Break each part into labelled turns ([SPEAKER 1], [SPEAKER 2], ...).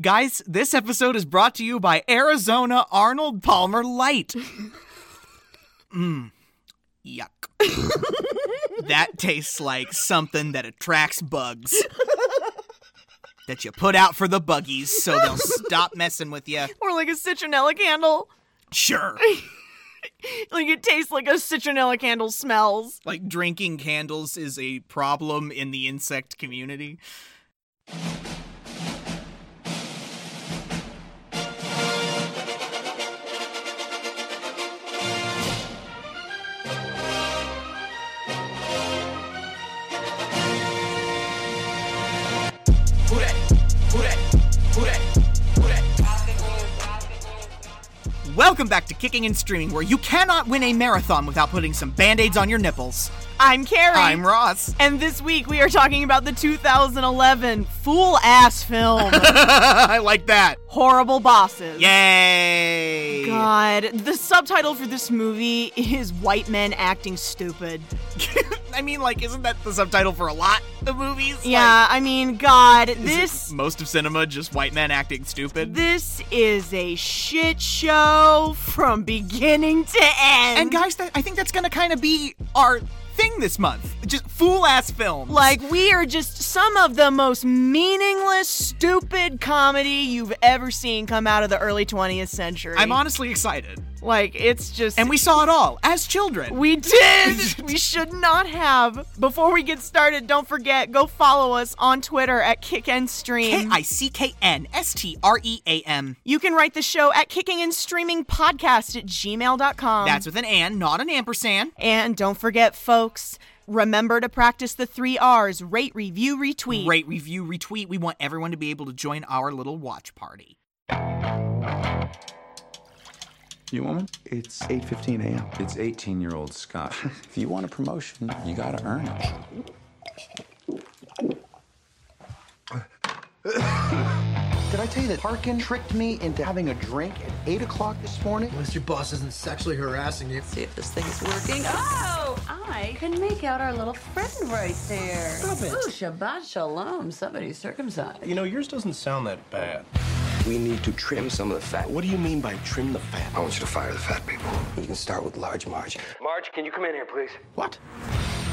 [SPEAKER 1] Guys, this episode is brought to you by Arizona Arnold Palmer Light. Mmm. Yuck. that tastes like something that attracts bugs. that you put out for the buggies so they'll stop messing with you.
[SPEAKER 2] Or like a citronella candle.
[SPEAKER 1] Sure.
[SPEAKER 2] Like it tastes like a citronella candle smells.
[SPEAKER 1] Like drinking candles is a problem in the insect community. Welcome back to Kicking and Streaming, where you cannot win a marathon without putting some band aids on your nipples.
[SPEAKER 2] I'm Carrie.
[SPEAKER 1] I'm Ross.
[SPEAKER 2] and this week we are talking about the 2011 fool ass film
[SPEAKER 1] I like that.
[SPEAKER 2] Horrible Bosses.
[SPEAKER 1] Yay!
[SPEAKER 2] Oh, God, the subtitle for this movie is White Men Acting Stupid.
[SPEAKER 1] I mean, like, isn't that the subtitle for a lot of movies?
[SPEAKER 2] Yeah, I mean, God,
[SPEAKER 1] Like, is it
[SPEAKER 2] this
[SPEAKER 1] most of cinema just white men acting stupid.
[SPEAKER 2] this is a shit show from beginning to end.
[SPEAKER 1] and guys, that, I think that's gonna kind of be our thing this month. Just fool ass films.
[SPEAKER 2] Like, we are just some of the most meaningless, stupid comedy you've ever seen come out of the early 20th century.
[SPEAKER 1] I'm honestly excited.
[SPEAKER 2] Like, it's just.
[SPEAKER 1] And we saw it all as children.
[SPEAKER 2] We did! we should not have. Before we get started, don't forget, go follow us on Twitter at Kick and
[SPEAKER 1] K
[SPEAKER 2] Stream.
[SPEAKER 1] I C K N S T R E A M.
[SPEAKER 2] you can write the show at kicking and streaming podcast at gmail.com.
[SPEAKER 1] That's with an and, not an ampersand.
[SPEAKER 2] And don't forget, folks, remember to practice the three R's rate, review, retweet.
[SPEAKER 1] Rate, review, retweet. We want everyone to be able to join our little watch party.
[SPEAKER 3] You want one?
[SPEAKER 4] It's 8:15 a.m.
[SPEAKER 3] It's 18-year-old Scott.
[SPEAKER 4] If you want a promotion, you got to earn it.
[SPEAKER 5] Did I tell you that Parkin tricked me into having a drink at 8 o'clock this morning?
[SPEAKER 6] Unless your boss isn't sexually harassing you.
[SPEAKER 7] see if this thing is working. Oh, I can make out our little friend right there. Stop it. Ooh, Shabbat Shalom. Somebody circumcised.
[SPEAKER 8] You know, yours doesn't sound that bad.
[SPEAKER 9] We need to trim some of the fat.
[SPEAKER 8] What do you mean by trim the fat?
[SPEAKER 9] I want you to fire the fat people. You can start with large Marge. Marge, can you come in here, please?
[SPEAKER 6] What?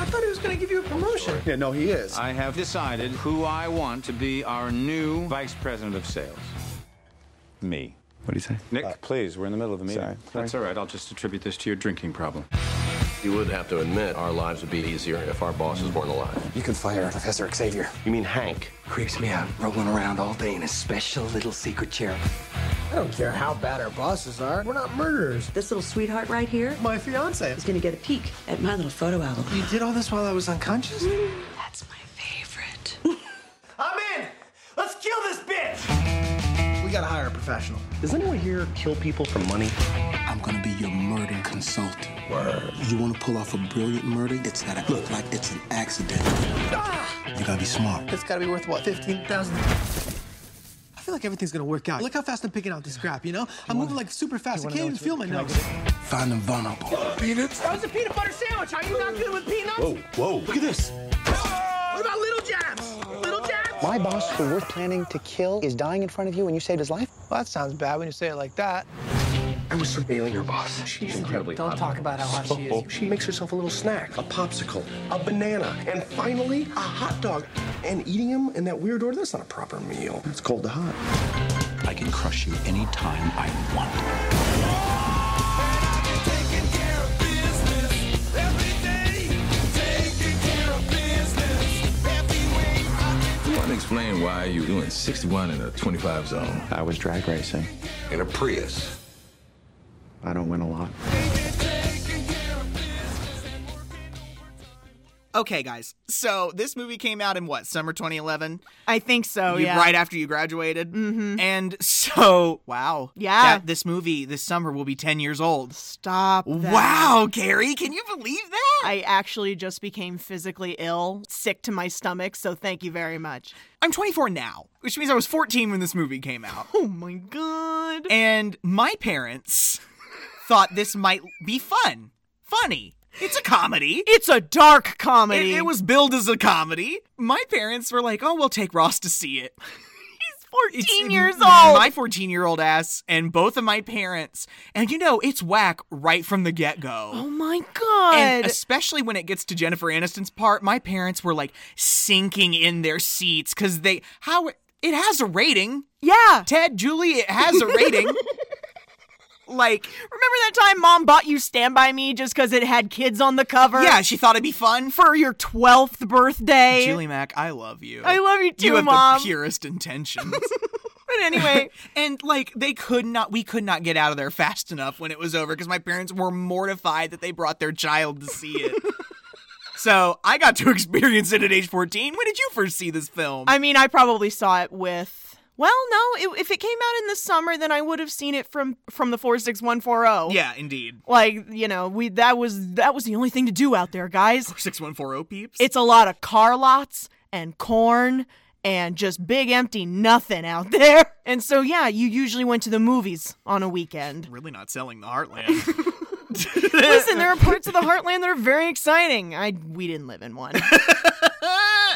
[SPEAKER 6] I thought he was gonna give you a promotion.
[SPEAKER 5] Yeah, no, he is.
[SPEAKER 3] I have decided who I want to be our new vice president of sales. Me.
[SPEAKER 4] What do you say? Uh,
[SPEAKER 3] Nick, please, we're in the middle of a meeting.
[SPEAKER 4] sorry.
[SPEAKER 3] That's all right. I'll just attribute this to your drinking problem.
[SPEAKER 10] You would have to admit our lives would be easier if our bosses weren't alive.
[SPEAKER 9] You can fire Professor Xavier.
[SPEAKER 10] You mean Hank?
[SPEAKER 9] Creeps me out, rolling around all day in his special little secret chair.
[SPEAKER 6] I don't care how bad our bosses are. We're not murderers.
[SPEAKER 7] This little sweetheart right here
[SPEAKER 6] My fiance.
[SPEAKER 7] is gonna get a peek at my little photo album.
[SPEAKER 6] You did all this while I was unconscious?
[SPEAKER 7] That's my favorite.
[SPEAKER 6] I'm in! Let's kill this bitch! We gotta hire a professional.
[SPEAKER 10] Does anyone here kill people for money?
[SPEAKER 9] I'm gonna be your murder consultant. You wanna pull off a brilliant murder? It's gotta look like it's an accident. You gotta be smart.
[SPEAKER 6] Ah! It's gotta be worth what, 15,000? I feel like everything's gonna work out. Look how fast I'm picking out this crap, you know? I'm moving like super fast. I can't even feel my nose.
[SPEAKER 9] Find them vulnerable. Peanuts?
[SPEAKER 6] That was a peanut butter sandwich. Are you not good with peanuts? Whoa, whoa. Look at this. What about little jabs? Little jabs?
[SPEAKER 5] My boss, who we're planning to kill, is dying in front of you and you saved his life? Well, that sounds bad when you say it like that.
[SPEAKER 9] I was surveilling your boss. She's incredibly Don't talk about how hot she
[SPEAKER 7] Oh,
[SPEAKER 9] is. She makes herself a little snack, a popsicle, a banana, and finally a hot dog. And eating them in that weird order, that's not a proper meal.
[SPEAKER 5] It's cold to hot.
[SPEAKER 4] I can crush you anytime I want.
[SPEAKER 8] You want to explain why you're doing 61 in a 25 zone?
[SPEAKER 4] I was drag racing.
[SPEAKER 9] In a Prius.
[SPEAKER 4] I don't win a lot.
[SPEAKER 1] Okay, guys. So this movie came out in what, summer 2011?
[SPEAKER 2] I think so,
[SPEAKER 1] You-
[SPEAKER 2] Oh, yeah.
[SPEAKER 1] Right after you graduated. Mm-hmm. And so, wow.
[SPEAKER 2] Yeah.
[SPEAKER 1] That- this movie this summer will be 10 years old.
[SPEAKER 2] Stop. that.
[SPEAKER 1] Wow, Gary, can you believe that?
[SPEAKER 2] I actually just became physically ill, sick to my stomach, so thank you very much.
[SPEAKER 1] I'm 24 now, which means I was 14 when this movie came out.
[SPEAKER 2] Oh my god.
[SPEAKER 1] And my parents thought this might be fun. Funny. It's a comedy.
[SPEAKER 2] it's a dark
[SPEAKER 1] It,
[SPEAKER 2] comedy.
[SPEAKER 1] it was billed as a comedy. My parents were like, oh, we'll take Ross to see it. 14
[SPEAKER 2] years old.
[SPEAKER 1] My 14 year old ass and both of my parents. And you know, it's whack right from the get go.
[SPEAKER 2] Oh my god.
[SPEAKER 1] And especially when it gets to Jennifer Aniston's part, my parents were like sinking in their seats because they, how, it has a rating.
[SPEAKER 2] yeah.
[SPEAKER 1] Ted, Julie, it has a rating. like,
[SPEAKER 2] Remember that time mom bought you Stand By Me just because it had kids on the cover?
[SPEAKER 1] yeah, she thought it'd be fun.
[SPEAKER 2] For your 12th birthday.
[SPEAKER 1] Julie Mack, I love you.
[SPEAKER 2] I love you too,
[SPEAKER 1] You have
[SPEAKER 2] mom.
[SPEAKER 1] the purest intentions.
[SPEAKER 2] But anyway,
[SPEAKER 1] and like they could not we could not get out of there fast enough when it was over because my parents were mortified that they brought their child to see it. so I got to experience it at age 14. When did you first see this film?
[SPEAKER 2] I mean, I probably saw it with. Well, no, it, if it came out in the summer, then I would have seen it from from the 46140.
[SPEAKER 1] yeah, indeed.
[SPEAKER 2] oh. Like, you know, we that was that was the only thing to do out there, guys.
[SPEAKER 1] 6140 oh, peeps.
[SPEAKER 2] It's a lot of car lots and corn and just big empty nothing out there. And so yeah, you usually went to the movies on a weekend.
[SPEAKER 1] really not selling the heartland.
[SPEAKER 2] Listen, there are parts of the heartland that are very exciting. I we didn't live in one.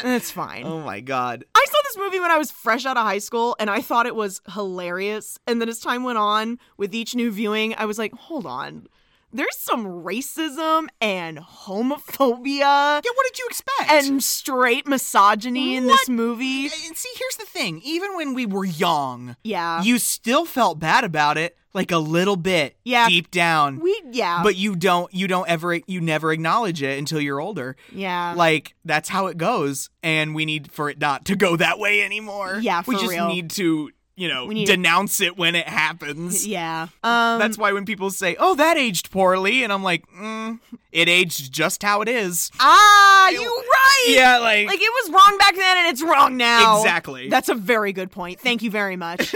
[SPEAKER 2] That's fine.
[SPEAKER 1] oh my god.
[SPEAKER 2] I saw this movie when I was fresh out of high school and I thought it was hilarious. And then as time went on with each new viewing, I was like, hold on. There's some racism and homophobia
[SPEAKER 1] Yeah, what did you expect?
[SPEAKER 2] and straight misogyny in this movie.
[SPEAKER 1] and see, here's the thing. Even when we were young,
[SPEAKER 2] Yeah.
[SPEAKER 1] you still felt bad about it, like a little bit,
[SPEAKER 2] Yeah.
[SPEAKER 1] deep down.
[SPEAKER 2] we, yeah.
[SPEAKER 1] but you don't you don't ever you never acknowledge it until you're older
[SPEAKER 2] yeah.
[SPEAKER 1] like that's how it goes and we need for it not to go that way anymore
[SPEAKER 2] Yeah,
[SPEAKER 1] we
[SPEAKER 2] for
[SPEAKER 1] just
[SPEAKER 2] real.
[SPEAKER 1] need to you know
[SPEAKER 2] We need-
[SPEAKER 1] denounce it when it happens
[SPEAKER 2] yeah. Um,
[SPEAKER 1] that's why when people say oh that aged poorly and i'm like mm, it aged just how it is
[SPEAKER 2] ah, you right.
[SPEAKER 1] yeah like,
[SPEAKER 2] Like it was wrong back then and it's wrong now.
[SPEAKER 1] Exactly.
[SPEAKER 2] That's a very good point. Thank you very much.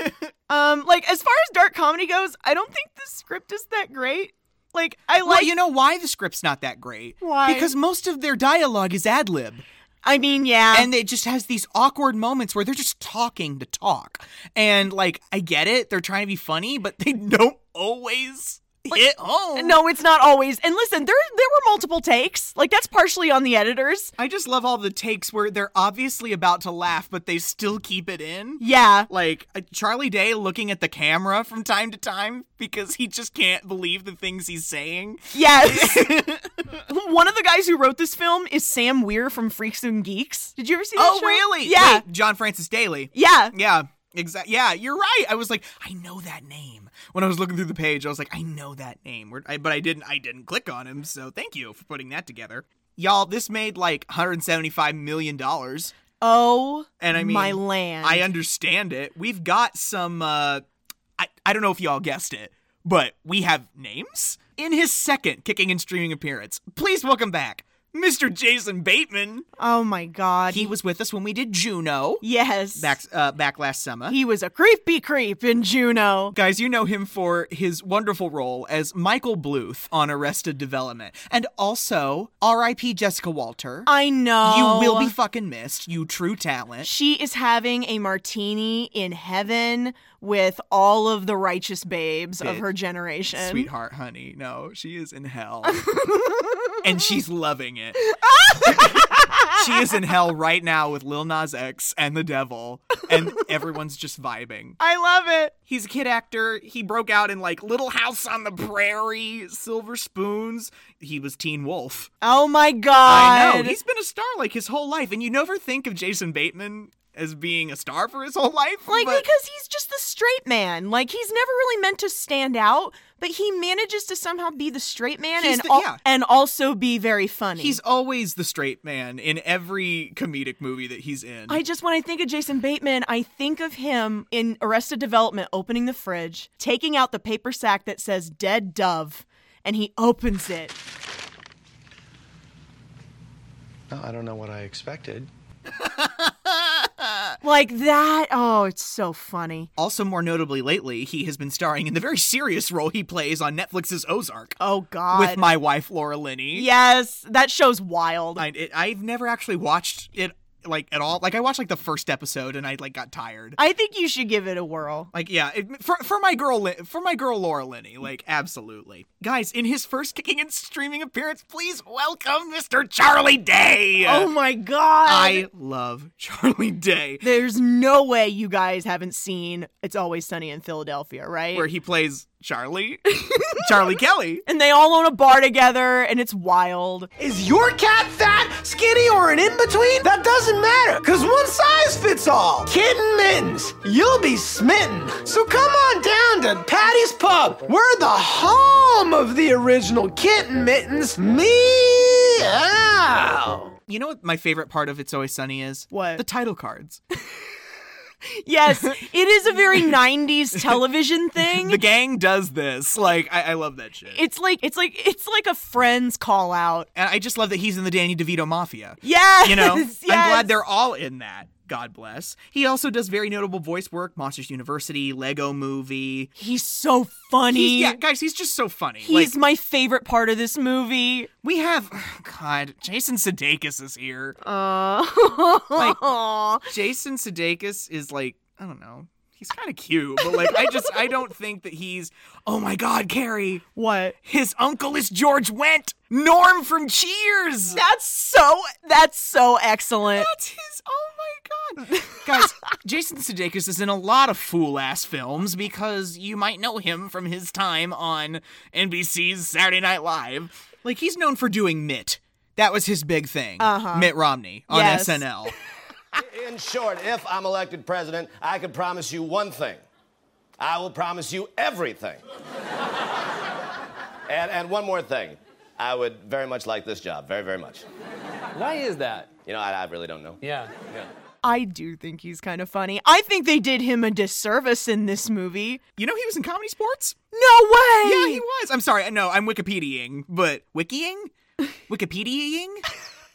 [SPEAKER 2] um, like as far as dark comedy goes, I don't think the script is that great. Like I like
[SPEAKER 1] well, you know why the script's not that great?
[SPEAKER 2] Why?
[SPEAKER 1] Because most of their dialogue is ad lib.
[SPEAKER 2] I mean, yeah.
[SPEAKER 1] and it just has these awkward moments where they're just talking to talk and like i get it they're trying to be funny but they don't always hit home
[SPEAKER 2] no, it's not always. And listen, there there were multiple takes. Like that's partially on the editors.
[SPEAKER 1] i just love all the takes where they're obviously about to laugh but they still keep it in
[SPEAKER 2] Yeah.
[SPEAKER 1] like uh, charlie day looking at the camera from time to time because he just can't believe the things he's saying
[SPEAKER 2] Yes. One of the guys who wrote this film is Sam Weir from Freaks and Geeks. Did you ever see that
[SPEAKER 1] oh
[SPEAKER 2] show?
[SPEAKER 1] really
[SPEAKER 2] Yeah.
[SPEAKER 1] Wait, john francis daly
[SPEAKER 2] Yeah.
[SPEAKER 1] yeah Exactly. Yeah, you're right. I was like, I know that name. When I was looking through the page, I was like, I know that name. Where- I- But I didn't. I didn't click on him. So thank you for putting that together, y'all. This made like 175 million dollars,
[SPEAKER 2] Oh.
[SPEAKER 1] and I mean,
[SPEAKER 2] my land.
[SPEAKER 1] I understand it. We've got some. uh I I don't know if y'all guessed it, but we have names in his second kicking and streaming appearance. Please welcome back, Mr. Jason Bateman.
[SPEAKER 2] oh my god.
[SPEAKER 1] He was with us when we did Juno
[SPEAKER 2] Yes.
[SPEAKER 1] back uh, back last summer.
[SPEAKER 2] He was a creepy creep in Juno.
[SPEAKER 1] Guys, you know him for his wonderful role as Michael Bluth on Arrested Development. And also, R.I.P. Jessica Walter.
[SPEAKER 2] I know.
[SPEAKER 1] You will be fucking missed, you true talent.
[SPEAKER 2] She is having a martini in heaven with all of the righteous babes of
[SPEAKER 1] Bitch.
[SPEAKER 2] her generation.
[SPEAKER 1] Sweetheart, honey. No, she is in hell. and she's loving it. she is in hell right now with Lil Nas X and the devil. And everyone's just vibing.
[SPEAKER 2] I love it.
[SPEAKER 1] He's a kid actor. He broke out in like Little House on the Prairie, Silver Spoons. He was Teen Wolf.
[SPEAKER 2] Oh my
[SPEAKER 1] I
[SPEAKER 2] god.
[SPEAKER 1] know. He's been a star like his whole life, and you never think of Jason Bateman as being a star for his whole life.
[SPEAKER 2] like
[SPEAKER 1] but
[SPEAKER 2] because he's just the straight man. Like he's never really meant to stand out, but he manages to somehow be the straight man
[SPEAKER 1] He's
[SPEAKER 2] and
[SPEAKER 1] the-
[SPEAKER 2] al-
[SPEAKER 1] yeah.
[SPEAKER 2] and also be very funny.
[SPEAKER 1] he's always the straight man in every comedic movie that he's in.
[SPEAKER 2] I just when I think of Jason Bateman, I think of him in Arrested Development opening the fridge, taking out the paper sack that says dead dove, and he opens it.
[SPEAKER 11] No, I don't know what I expected.
[SPEAKER 2] Like that. Oh, it's so funny.
[SPEAKER 1] also, more notably lately, he has been starring in the very serious role he plays on Netflix's Ozark
[SPEAKER 2] Oh god.
[SPEAKER 1] with my wife Laura Linney.
[SPEAKER 2] Yes, that show's wild.
[SPEAKER 1] I, it, I've never actually watched it like at all. Like I watched like the first episode and I like got tired.
[SPEAKER 2] I think you should give it a whirl.
[SPEAKER 1] Like yeah, it, for for my girl Lin- for my girl Laura Linney, like absolutely. Guys, in his first kicking and streaming appearance, please welcome Mr. Charlie Day.
[SPEAKER 2] Oh my god.
[SPEAKER 1] I love Charlie Day.
[SPEAKER 2] There's no way you guys haven't seen It's Always Sunny in Philadelphia, right?
[SPEAKER 1] Where he plays Charlie, Charlie Kelly.
[SPEAKER 2] and they all own a bar together and it's wild.
[SPEAKER 12] Is your cat fat, skinny, or an in between? That doesn't matter, because one size fits all. Kitten mittens, you'll be smitten. So come on down to Patty's Pub. We're the home of the original kitten mittens. Meow.
[SPEAKER 1] You know what my favorite part of It's Always Sunny is?
[SPEAKER 2] What?
[SPEAKER 1] The title cards.
[SPEAKER 2] Yes, it is a very 90s television thing.
[SPEAKER 1] the gang does this. Like I, I love that shit.
[SPEAKER 2] It's like it's like it's like a friend's call out.
[SPEAKER 1] And I just love that he's in the Danny DeVito Mafia.
[SPEAKER 2] Yes,
[SPEAKER 1] You know?
[SPEAKER 2] yes.
[SPEAKER 1] I'm glad they're all in that. God bless. He also does very notable voice work, Monsters University, Lego Movie.
[SPEAKER 2] He's so funny.
[SPEAKER 1] He's- yeah, guys, he's just so funny.
[SPEAKER 2] He's
[SPEAKER 1] Like,
[SPEAKER 2] my favorite part of this movie.
[SPEAKER 1] we have God, Jason Sudeikis is here.
[SPEAKER 2] Uh,
[SPEAKER 1] Like, Jason Sudeikis is like, I don't know. He's kind of cute, but like I just I don't think that he's Oh my god, Carrie.
[SPEAKER 2] what?
[SPEAKER 1] His uncle is George Wendt, Norm from Cheers.
[SPEAKER 2] That's so that's so excellent.
[SPEAKER 1] That's his. Oh my god, guys! Jason Sudeikis is in a lot of fool ass films because you might know him from his time on NBC's Saturday Night Live. Like he's known for doing Mitt. That was his big thing.
[SPEAKER 13] Uh-huh.
[SPEAKER 1] Mitt Romney on
[SPEAKER 13] Yes.
[SPEAKER 1] SNL.
[SPEAKER 13] In short, if I'm elected president, I can promise you one thing. I will promise you everything. and, and one more thing. I would very much like this job, very, very much.
[SPEAKER 14] Why is that?
[SPEAKER 13] You know, I, I really don't know.
[SPEAKER 14] Yeah.
[SPEAKER 13] yeah.
[SPEAKER 2] I do think he's kind of funny. I think they did him a disservice in this movie.
[SPEAKER 1] You know he was in Comedy Sports?
[SPEAKER 2] No way.
[SPEAKER 1] Yeah, he was. I'm sorry. No, I'm Wikipediaing, but wikiing, Wikipediaing.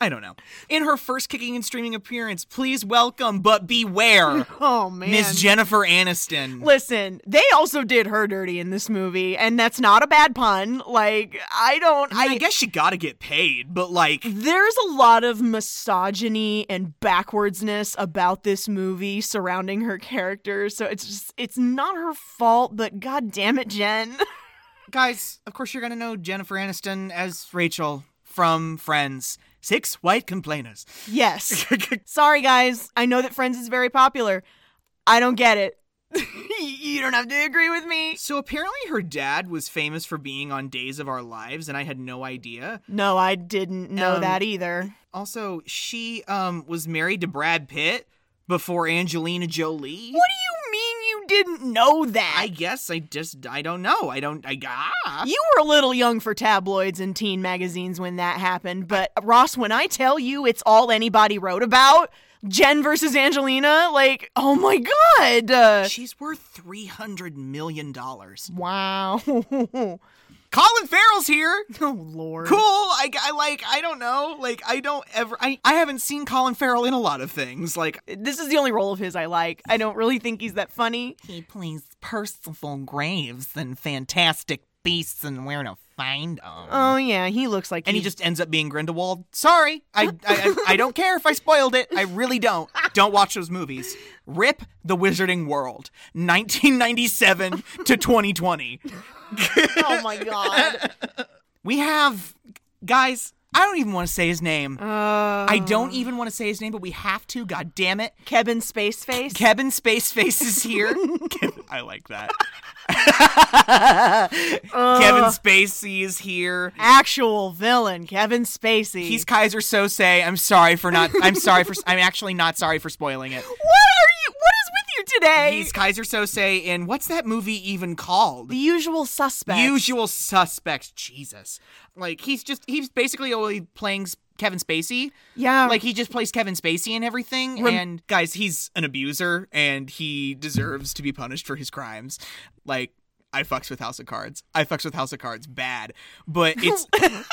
[SPEAKER 1] I don't know. In her first kicking and streaming appearance, please welcome, but beware,
[SPEAKER 2] Oh man.
[SPEAKER 1] Miss Jennifer Aniston.
[SPEAKER 2] Listen, they also did her dirty in this movie, and that's not a bad pun. Like, I don't.
[SPEAKER 1] I, mean, I guess she got to get paid, but like,
[SPEAKER 2] There's a lot of misogyny and backwardsness about this movie surrounding her character, so it's just it's not her fault, but god damn it, Jen.
[SPEAKER 1] guys, of course you're gonna know Jennifer Aniston as Rachel from Friends. Six white complainers.
[SPEAKER 2] Yes. Sorry guys, I know that Friends is very popular. I don't get it. you don't have to agree with me.
[SPEAKER 1] So apparently, her dad was famous for being on Days of Our Lives, and I had no idea.
[SPEAKER 2] No, I didn't know
[SPEAKER 1] Um,
[SPEAKER 2] that either.
[SPEAKER 1] Also, she um was married to Brad Pitt before Angelina Jolie.
[SPEAKER 2] What do you mean you didn't know that?
[SPEAKER 1] I guess I just I don't know. I don't I ah.
[SPEAKER 2] You were a little young for tabloids and teen magazines when that happened, but Ross, when I tell you it's all anybody wrote about, Jen versus Angelina, like, oh my god. Uh,
[SPEAKER 1] She's worth three hundred million dollars.
[SPEAKER 2] wow.
[SPEAKER 1] Colin Farrell's here.
[SPEAKER 2] Oh lord.
[SPEAKER 1] Cool. I, I like. I don't know. Like I don't ever. I I haven't seen Colin Farrell in a lot of things. Like
[SPEAKER 2] This is the only role of his I like. I don't really think he's that funny.
[SPEAKER 1] He plays Percival Graves and Fantastic Beasts and Where to Find Them.
[SPEAKER 2] Oh yeah, he looks like
[SPEAKER 1] and he just ends up being Grindelwald. Sorry, I I, I I don't care if I spoiled it. I really don't. Don't watch those movies. Rip the Wizarding World, 1997 to 2020.
[SPEAKER 2] oh my god.
[SPEAKER 1] We have guys. I don't even want to say his name. I don't even want to say his name, but we have to. God damn it.
[SPEAKER 2] Kevin Spaceface.
[SPEAKER 1] Kevin Spaceface is here. Kev- I like that. Kevin Spacey is here.
[SPEAKER 2] Actual villain, Kevin Spacey.
[SPEAKER 1] He's Kaiser Sose. I'm sorry for not. I'm sorry for. I'm actually not sorry for spoiling it.
[SPEAKER 2] What are you what is with you today?
[SPEAKER 1] He's Kaiser Sose in what's that movie even called?
[SPEAKER 2] the usual suspect.
[SPEAKER 1] Usual Suspects. Jesus. Like he's just he's basically only playing s- Kevin Spacey.
[SPEAKER 2] Yeah.
[SPEAKER 1] Like he just plays Kevin Spacey and everything.
[SPEAKER 2] Rem-
[SPEAKER 1] and guys, he's an abuser and he deserves to be punished for his crimes. Like I fucks with House of Cards. I fucks with House of Cards bad, but it's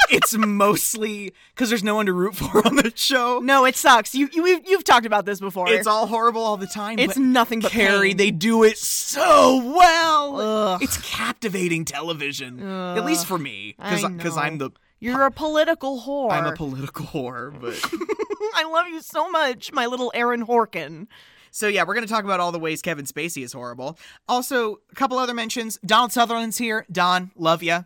[SPEAKER 1] it's mostly because there's no one to root for on the show.
[SPEAKER 2] No, it sucks. You, you we've, you've talked about this before.
[SPEAKER 1] It's all horrible all the time.
[SPEAKER 2] It's
[SPEAKER 1] but
[SPEAKER 2] nothing but
[SPEAKER 1] Carrie.
[SPEAKER 2] pain.
[SPEAKER 1] They do it so well.
[SPEAKER 2] Ugh.
[SPEAKER 1] It's captivating television, at least for me,
[SPEAKER 2] I know.
[SPEAKER 1] because I'm the
[SPEAKER 2] You're a political whore.
[SPEAKER 1] I'm a political whore, but
[SPEAKER 2] I love you so much, my little Aaron Horkin.
[SPEAKER 1] So yeah, we're gonna talk about all the ways Kevin Spacey is horrible. Also, a couple other mentions. Donald Sutherland's here. Don, love ya.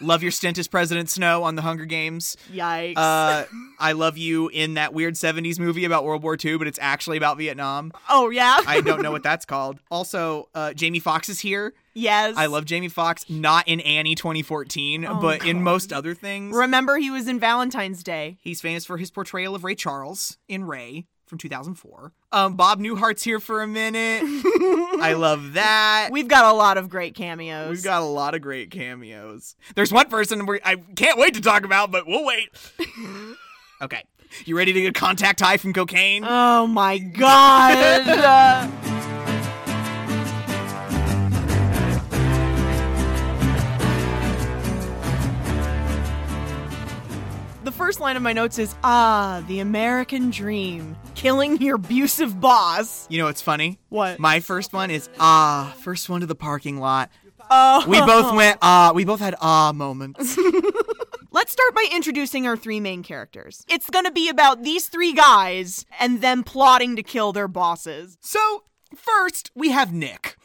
[SPEAKER 1] Love your stint as President Snow on the Hunger Games.
[SPEAKER 2] Yikes.
[SPEAKER 1] Uh, I love you in that weird 70s movie about World War II, but it's actually about Vietnam.
[SPEAKER 2] oh yeah.
[SPEAKER 1] I don't know what that's called. Also, uh, Jamie Foxx is here.
[SPEAKER 2] Yes.
[SPEAKER 1] I love Jamie Foxx, not in Annie 2014,
[SPEAKER 2] Oh,
[SPEAKER 1] but in
[SPEAKER 2] God.
[SPEAKER 1] most other things.
[SPEAKER 2] Remember he was in Valentine's Day.
[SPEAKER 1] He's famous for his portrayal of Ray Charles in Ray from 2004. Um, Bob Newhart's here for a minute. I love that.
[SPEAKER 2] We've got a lot of great cameos.
[SPEAKER 1] We've got a lot of great cameos. There's one person we I can't wait to talk about, but we'll wait. okay. You ready to get contact high from cocaine?
[SPEAKER 2] Oh my god. Uh, the first line of my notes is ah, the American dream, killing your abusive boss.
[SPEAKER 1] You know what's funny?
[SPEAKER 2] What?
[SPEAKER 1] My first one is ah, first one to the parking lot.
[SPEAKER 2] Oh.
[SPEAKER 1] We both went ah, we both had ah moments.
[SPEAKER 2] Let's start by introducing our three main characters. It's going to be about these three guys and them plotting to kill their bosses.
[SPEAKER 1] So, first, we have Nick.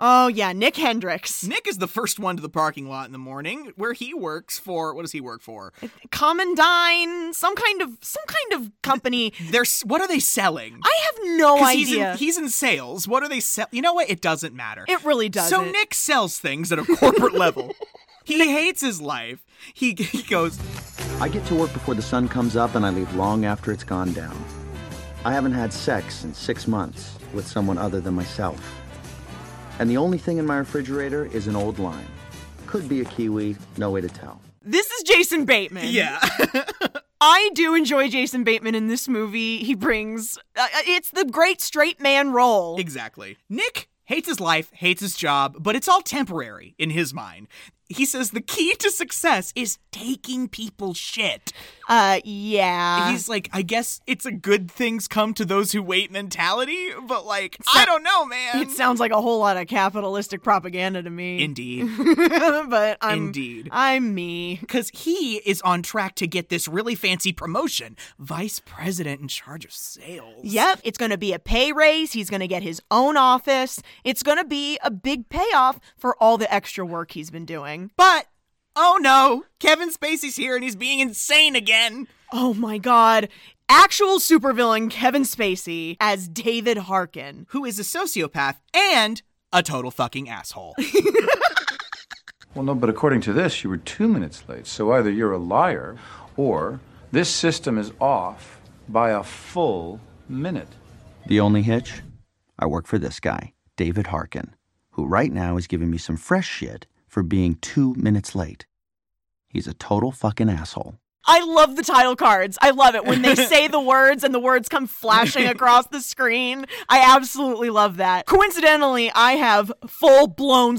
[SPEAKER 2] Oh, yeah, Nick Hendricks.
[SPEAKER 1] Nick is the first one to the parking lot in the morning where he works for what does he work for?
[SPEAKER 2] Commandine, some kind of some kind of company.
[SPEAKER 1] They're s- what are they selling?
[SPEAKER 2] I have no
[SPEAKER 1] 'Cause
[SPEAKER 2] idea.
[SPEAKER 1] He's in, he's in sales. What are they sell? You know what? It doesn't matter.
[SPEAKER 2] It really doesn't.
[SPEAKER 1] So Nick sells things at a corporate level. He hates his life. He, he goes,
[SPEAKER 5] I get to work before the sun comes up and I leave long after it's gone down. I haven't had sex in six months with someone other than myself. And the only thing in my refrigerator is an old lime. Could be a kiwi, no way to tell.
[SPEAKER 2] This is Jason Bateman.
[SPEAKER 1] Yeah.
[SPEAKER 2] I do enjoy Jason Bateman in this movie. He brings uh, it's the great straight man role.
[SPEAKER 1] Exactly. Nick hates his life, hates his job, but it's all temporary in his mind. He says the key to success is taking people's shit.
[SPEAKER 2] Uh yeah.
[SPEAKER 1] He's like, I guess it's a good things come to those who wait mentality, but like, I don't know, man.
[SPEAKER 2] it sounds like a whole lot of capitalistic propaganda to me.
[SPEAKER 1] Indeed.
[SPEAKER 2] but I'm
[SPEAKER 1] Indeed.
[SPEAKER 2] I'm me.
[SPEAKER 1] Because he is on track to get this really fancy promotion vice president in charge of sales.
[SPEAKER 2] Yep, it's going to be a pay raise. He's going to get his own office. It's going to be a big payoff for all the extra work he's been doing.
[SPEAKER 1] But oh no, Kevin Spacey's here and he's being insane again.
[SPEAKER 2] Oh my god, actual supervillain Kevin Spacey as David Harkin.
[SPEAKER 1] Who is a sociopath and a total fucking asshole.
[SPEAKER 14] Well, no, but according to this, you were two minutes late. So either you're a liar or this system is off by a full minute.
[SPEAKER 5] The only hitch? I work for this guy, David Harkin, who right now is giving me some fresh shit for being two minutes late. He's a total fucking asshole.
[SPEAKER 2] I love the title cards. I love it when they say the words and the words come flashing across the screen. I absolutely love that. Coincidentally, I have full blown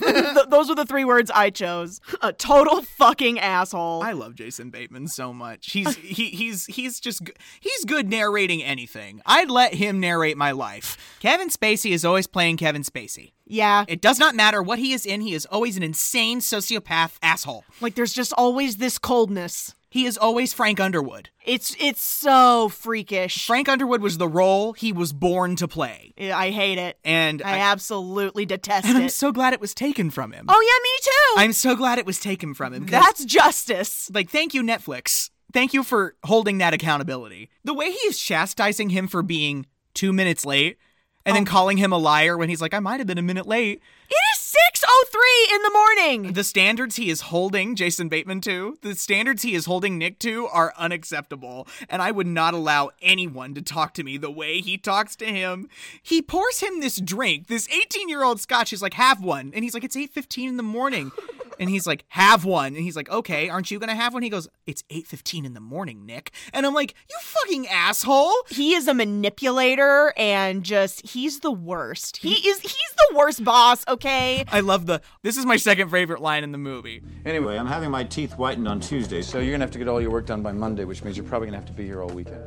[SPEAKER 2] Th- those are the three words I chose. A total fucking asshole.
[SPEAKER 1] I love Jason Bateman so much. He's he, he's he's just g- he's good narrating anything. I'd let him narrate my life. Kevin Spacey is always playing Kevin Spacey.
[SPEAKER 2] yeah.
[SPEAKER 1] It does not matter what he is in. He is always an insane sociopath asshole.
[SPEAKER 2] Like there's just always this coldness.
[SPEAKER 1] He is always Frank Underwood.
[SPEAKER 2] It's it's so freakish.
[SPEAKER 1] Frank Underwood was the role he was born to play.
[SPEAKER 2] I hate it.
[SPEAKER 1] And
[SPEAKER 2] I,
[SPEAKER 1] I-
[SPEAKER 2] absolutely detest
[SPEAKER 1] And I'm
[SPEAKER 2] it.
[SPEAKER 1] so glad it was taken from him.
[SPEAKER 2] oh yeah, me too.
[SPEAKER 1] I'm so glad it was taken from him. 'cause,
[SPEAKER 2] That's justice.
[SPEAKER 1] like, thank you, Netflix. Thank you for holding that accountability. The way he is chastising him for being two minutes late and
[SPEAKER 2] Oh.
[SPEAKER 1] then calling him a liar when he's like, I might have been a minute late.
[SPEAKER 2] It is 6:03 in the morning.
[SPEAKER 1] The standards he is holding Jason Bateman to, the standards he is holding Nick to are unacceptable. And I would not allow anyone to talk to me the way he talks to him. He pours him this drink, this 18-year-old scotch. He's like, have one. And he's like, it's 8.15 in the morning. And he's like, have one. And he's like, okay, aren't you gonna have one? He goes, it's 8.15 in the morning, Nick. And I'm like, you fucking asshole.
[SPEAKER 2] He is a manipulator and just he's the worst. He is he's the worst boss, okay?
[SPEAKER 1] I love the this is my second favorite line in the movie.
[SPEAKER 14] Anyway, I'm having my teeth whitened on Tuesday, so you're gonna have to get all your work done by Monday, which means you're probably gonna have to be here all weekend.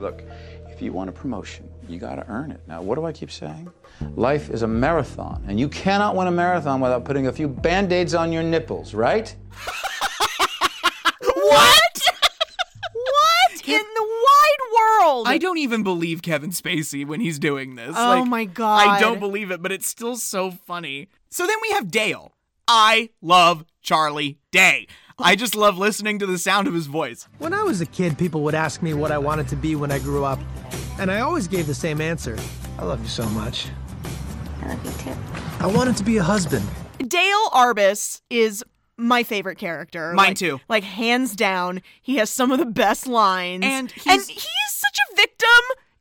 [SPEAKER 5] Look, if you want a promotion, you gotta earn it.
[SPEAKER 14] Now, what do I keep saying? Life is a marathon, and you cannot win a marathon without putting a few band aids on your nipples, right?
[SPEAKER 1] I don't even believe Kevin Spacey when he's doing this.
[SPEAKER 2] Oh
[SPEAKER 1] Like,
[SPEAKER 2] my God.
[SPEAKER 1] I don't believe it, but it's still so funny. So then we have Dale. I love Charlie Day. I just love listening to the sound of his voice.
[SPEAKER 15] When I was a kid, people would ask me what I wanted to be when I grew up, and I always gave the same answer I love you so much. I love you too. I wanted to be a husband.
[SPEAKER 2] Dale Arbus is my favorite character.
[SPEAKER 1] Mine
[SPEAKER 2] Like-
[SPEAKER 1] too.
[SPEAKER 2] Like hands down, he has some of the best lines.
[SPEAKER 1] And
[SPEAKER 2] and he is such a victim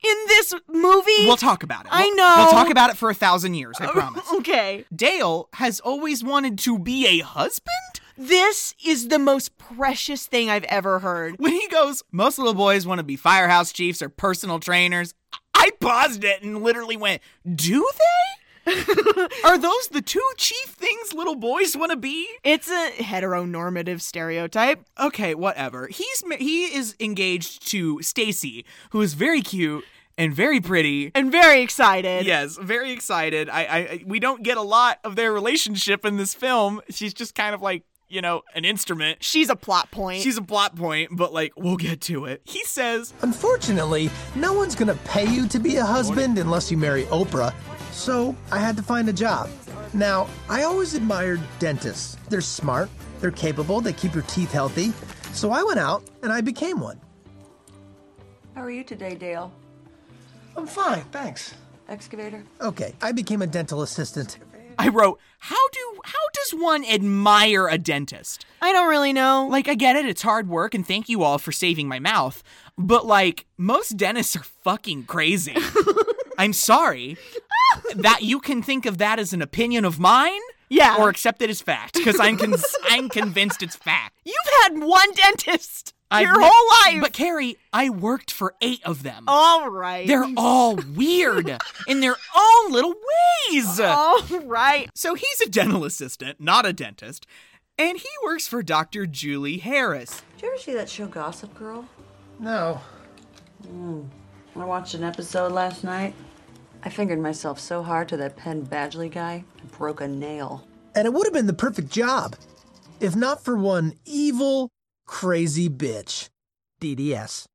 [SPEAKER 2] in this movie.
[SPEAKER 1] We'll talk about it.
[SPEAKER 2] I
[SPEAKER 1] We'll-
[SPEAKER 2] know.
[SPEAKER 1] We'll talk about it for a thousand years, I promise.
[SPEAKER 2] Okay.
[SPEAKER 1] Dale has always wanted to be a husband?
[SPEAKER 2] This is the most precious thing I've ever heard.
[SPEAKER 1] When he goes, most little boys want to be firehouse chiefs or personal trainers, I paused it and literally went, Do they? Are those the two chief things little boys want to be?
[SPEAKER 2] It's a heteronormative stereotype.
[SPEAKER 1] Okay, whatever. He's ma- he is engaged to Stacy, who is very cute and very pretty
[SPEAKER 2] and very excited.
[SPEAKER 1] Yes, very excited. I, I I- we don't get a lot of their relationship in this film. She's just kind of like you know an instrument.
[SPEAKER 2] She's a plot point.
[SPEAKER 1] She's a plot point, but like we'll get to it. He says
[SPEAKER 15] Unfortunately, no one's gonna pay you to be a husband unless you marry Oprah, so I had to find a job. Now, I always admired dentists. They're smart, they're capable, they keep your teeth healthy, so I went out and I became one.
[SPEAKER 7] How are you today, Dale?
[SPEAKER 15] I'm fine, thanks.
[SPEAKER 7] Excavator?
[SPEAKER 15] Okay, I became a dental assistant.
[SPEAKER 1] I wrote, "How do how does one admire a dentist?"
[SPEAKER 2] I don't really know.
[SPEAKER 1] Like I get it, it's hard work, and thank you all for saving my mouth. But like most dentists are fucking crazy. I'm sorry that you can think of that as an opinion of mine.
[SPEAKER 2] Yeah.
[SPEAKER 1] Or accept it as fact because I'm con- I'm convinced it's fact.
[SPEAKER 2] You've had one dentist
[SPEAKER 1] I've
[SPEAKER 2] your
[SPEAKER 1] ne-
[SPEAKER 2] whole life. Oh,
[SPEAKER 1] But Carrie, I worked for eight of them.
[SPEAKER 2] all right.
[SPEAKER 1] They're all weird in their own little ways.
[SPEAKER 2] all right.
[SPEAKER 1] So he's a dental assistant, not a dentist, and he works for Dr. Julie Harris.
[SPEAKER 7] Did you ever see that show Gossip Girl?
[SPEAKER 15] No.
[SPEAKER 7] I watched an episode last night. I fingered myself so hard to that Penn Badgley guy, I broke a nail.
[SPEAKER 15] And it would have been the perfect job if not for one evil, crazy bitch. DDS.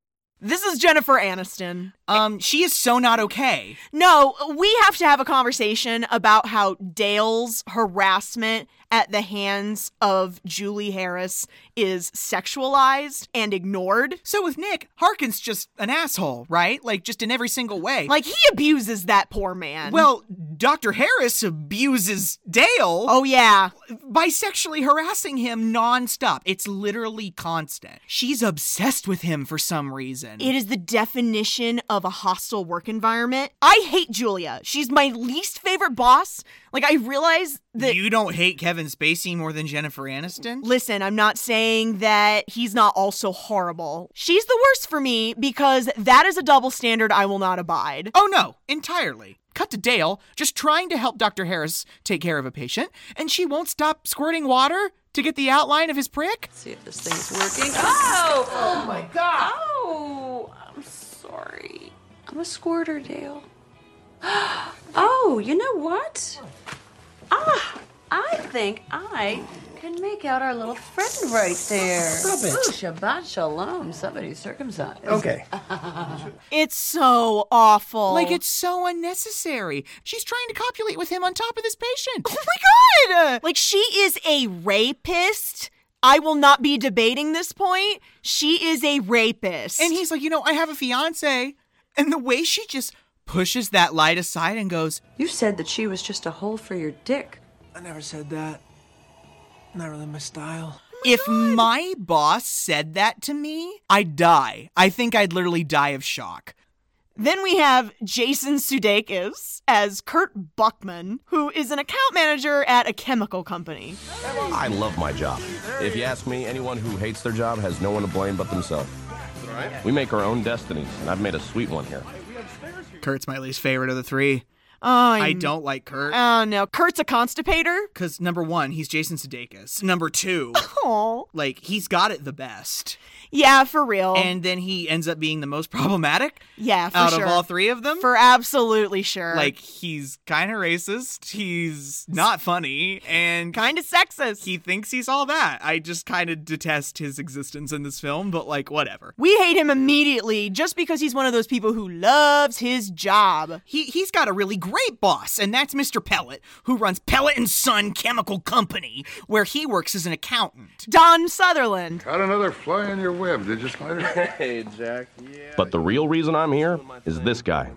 [SPEAKER 2] This is Jennifer Aniston.
[SPEAKER 1] Um, she is so not okay.
[SPEAKER 2] No, we have to have a conversation about how Dale's harassment at the hands of Julie Harris is sexualized and ignored.
[SPEAKER 1] So with Nick, Harkin's just an asshole, right? Like just in every single way.
[SPEAKER 2] Like he abuses that poor man.
[SPEAKER 1] well, Dr. Harris abuses Dale.
[SPEAKER 2] oh yeah.
[SPEAKER 1] by sexually harassing him nonstop. It's literally constant. She's obsessed with him for some reason.
[SPEAKER 2] It is the definition of a hostile work environment. I hate Julia. She's my least favorite boss. Like I realize that
[SPEAKER 1] you don't hate Kevin Spacey more than Jennifer Aniston?
[SPEAKER 2] Listen, I'm not saying that he's not also horrible. She's the worst for me because that is a double standard I will not abide.
[SPEAKER 1] Oh no, entirely. Cut to Dale, just trying to help Dr. Harris take care of a patient, and she won't stop squirting water to get the outline of his prick?
[SPEAKER 7] See if this thing's working. Oh! Oh my god! Oh! I'm sorry. I'm a squirter, Dale. Oh, you know what? Ah! I think I can make out our little friend right there.
[SPEAKER 12] Stop it.
[SPEAKER 7] Ooh, Shabbat shalom. Somebody's circumcised.
[SPEAKER 12] Okay.
[SPEAKER 2] It's so awful.
[SPEAKER 1] Like it's so unnecessary. She's trying to copulate with him on top of this patient.
[SPEAKER 2] Oh my god! Like she is a rapist. I will not be debating this point. She is a rapist.
[SPEAKER 1] And he's like, you know, I have a fiance. And the way she just pushes that light aside and goes,
[SPEAKER 7] You said that she was just a hole for your dick.
[SPEAKER 15] I never said that. Not really my style.
[SPEAKER 2] Oh
[SPEAKER 1] if my boss said that to me, I'd die. I think I'd literally die of shock.
[SPEAKER 2] Then we have Jason Sudeikis as Kurt Buckman, who is an account manager at a chemical company.
[SPEAKER 8] I love my job. If you ask me, anyone who hates their job has no one to blame but themselves. We make our own destinies, and I've made a sweet one here.
[SPEAKER 1] Kurt's my least favorite of the three.
[SPEAKER 2] I'm-
[SPEAKER 1] I don't like Kurt.
[SPEAKER 2] Oh no, Kurt's a constipator.
[SPEAKER 1] Because number one, he's Jason Sudeikis. Number two,
[SPEAKER 2] Oh,
[SPEAKER 1] like he's got it the best,
[SPEAKER 2] yeah, for real.
[SPEAKER 1] and then he ends up being the most problematic.
[SPEAKER 2] yeah, Oh. for
[SPEAKER 1] out
[SPEAKER 2] sure.
[SPEAKER 1] of all three of them,
[SPEAKER 2] for absolutely sure.
[SPEAKER 1] like he's kind of racist. He's not funny and
[SPEAKER 2] kind of sexist.
[SPEAKER 1] He thinks he's all that. I just kind of detest his existence in this film, but like whatever.
[SPEAKER 2] we hate him immediately just because he's one of those people who loves his job.
[SPEAKER 1] He he's got a really great boss, and that's Mr. Pellet, who runs Pellet and Son Chemical Company, where he works as an accountant.
[SPEAKER 2] Don Sutherland.
[SPEAKER 6] Got another fly in your web, did you, Snyder? hey, Jack.
[SPEAKER 8] But the real reason I'm here is this guy,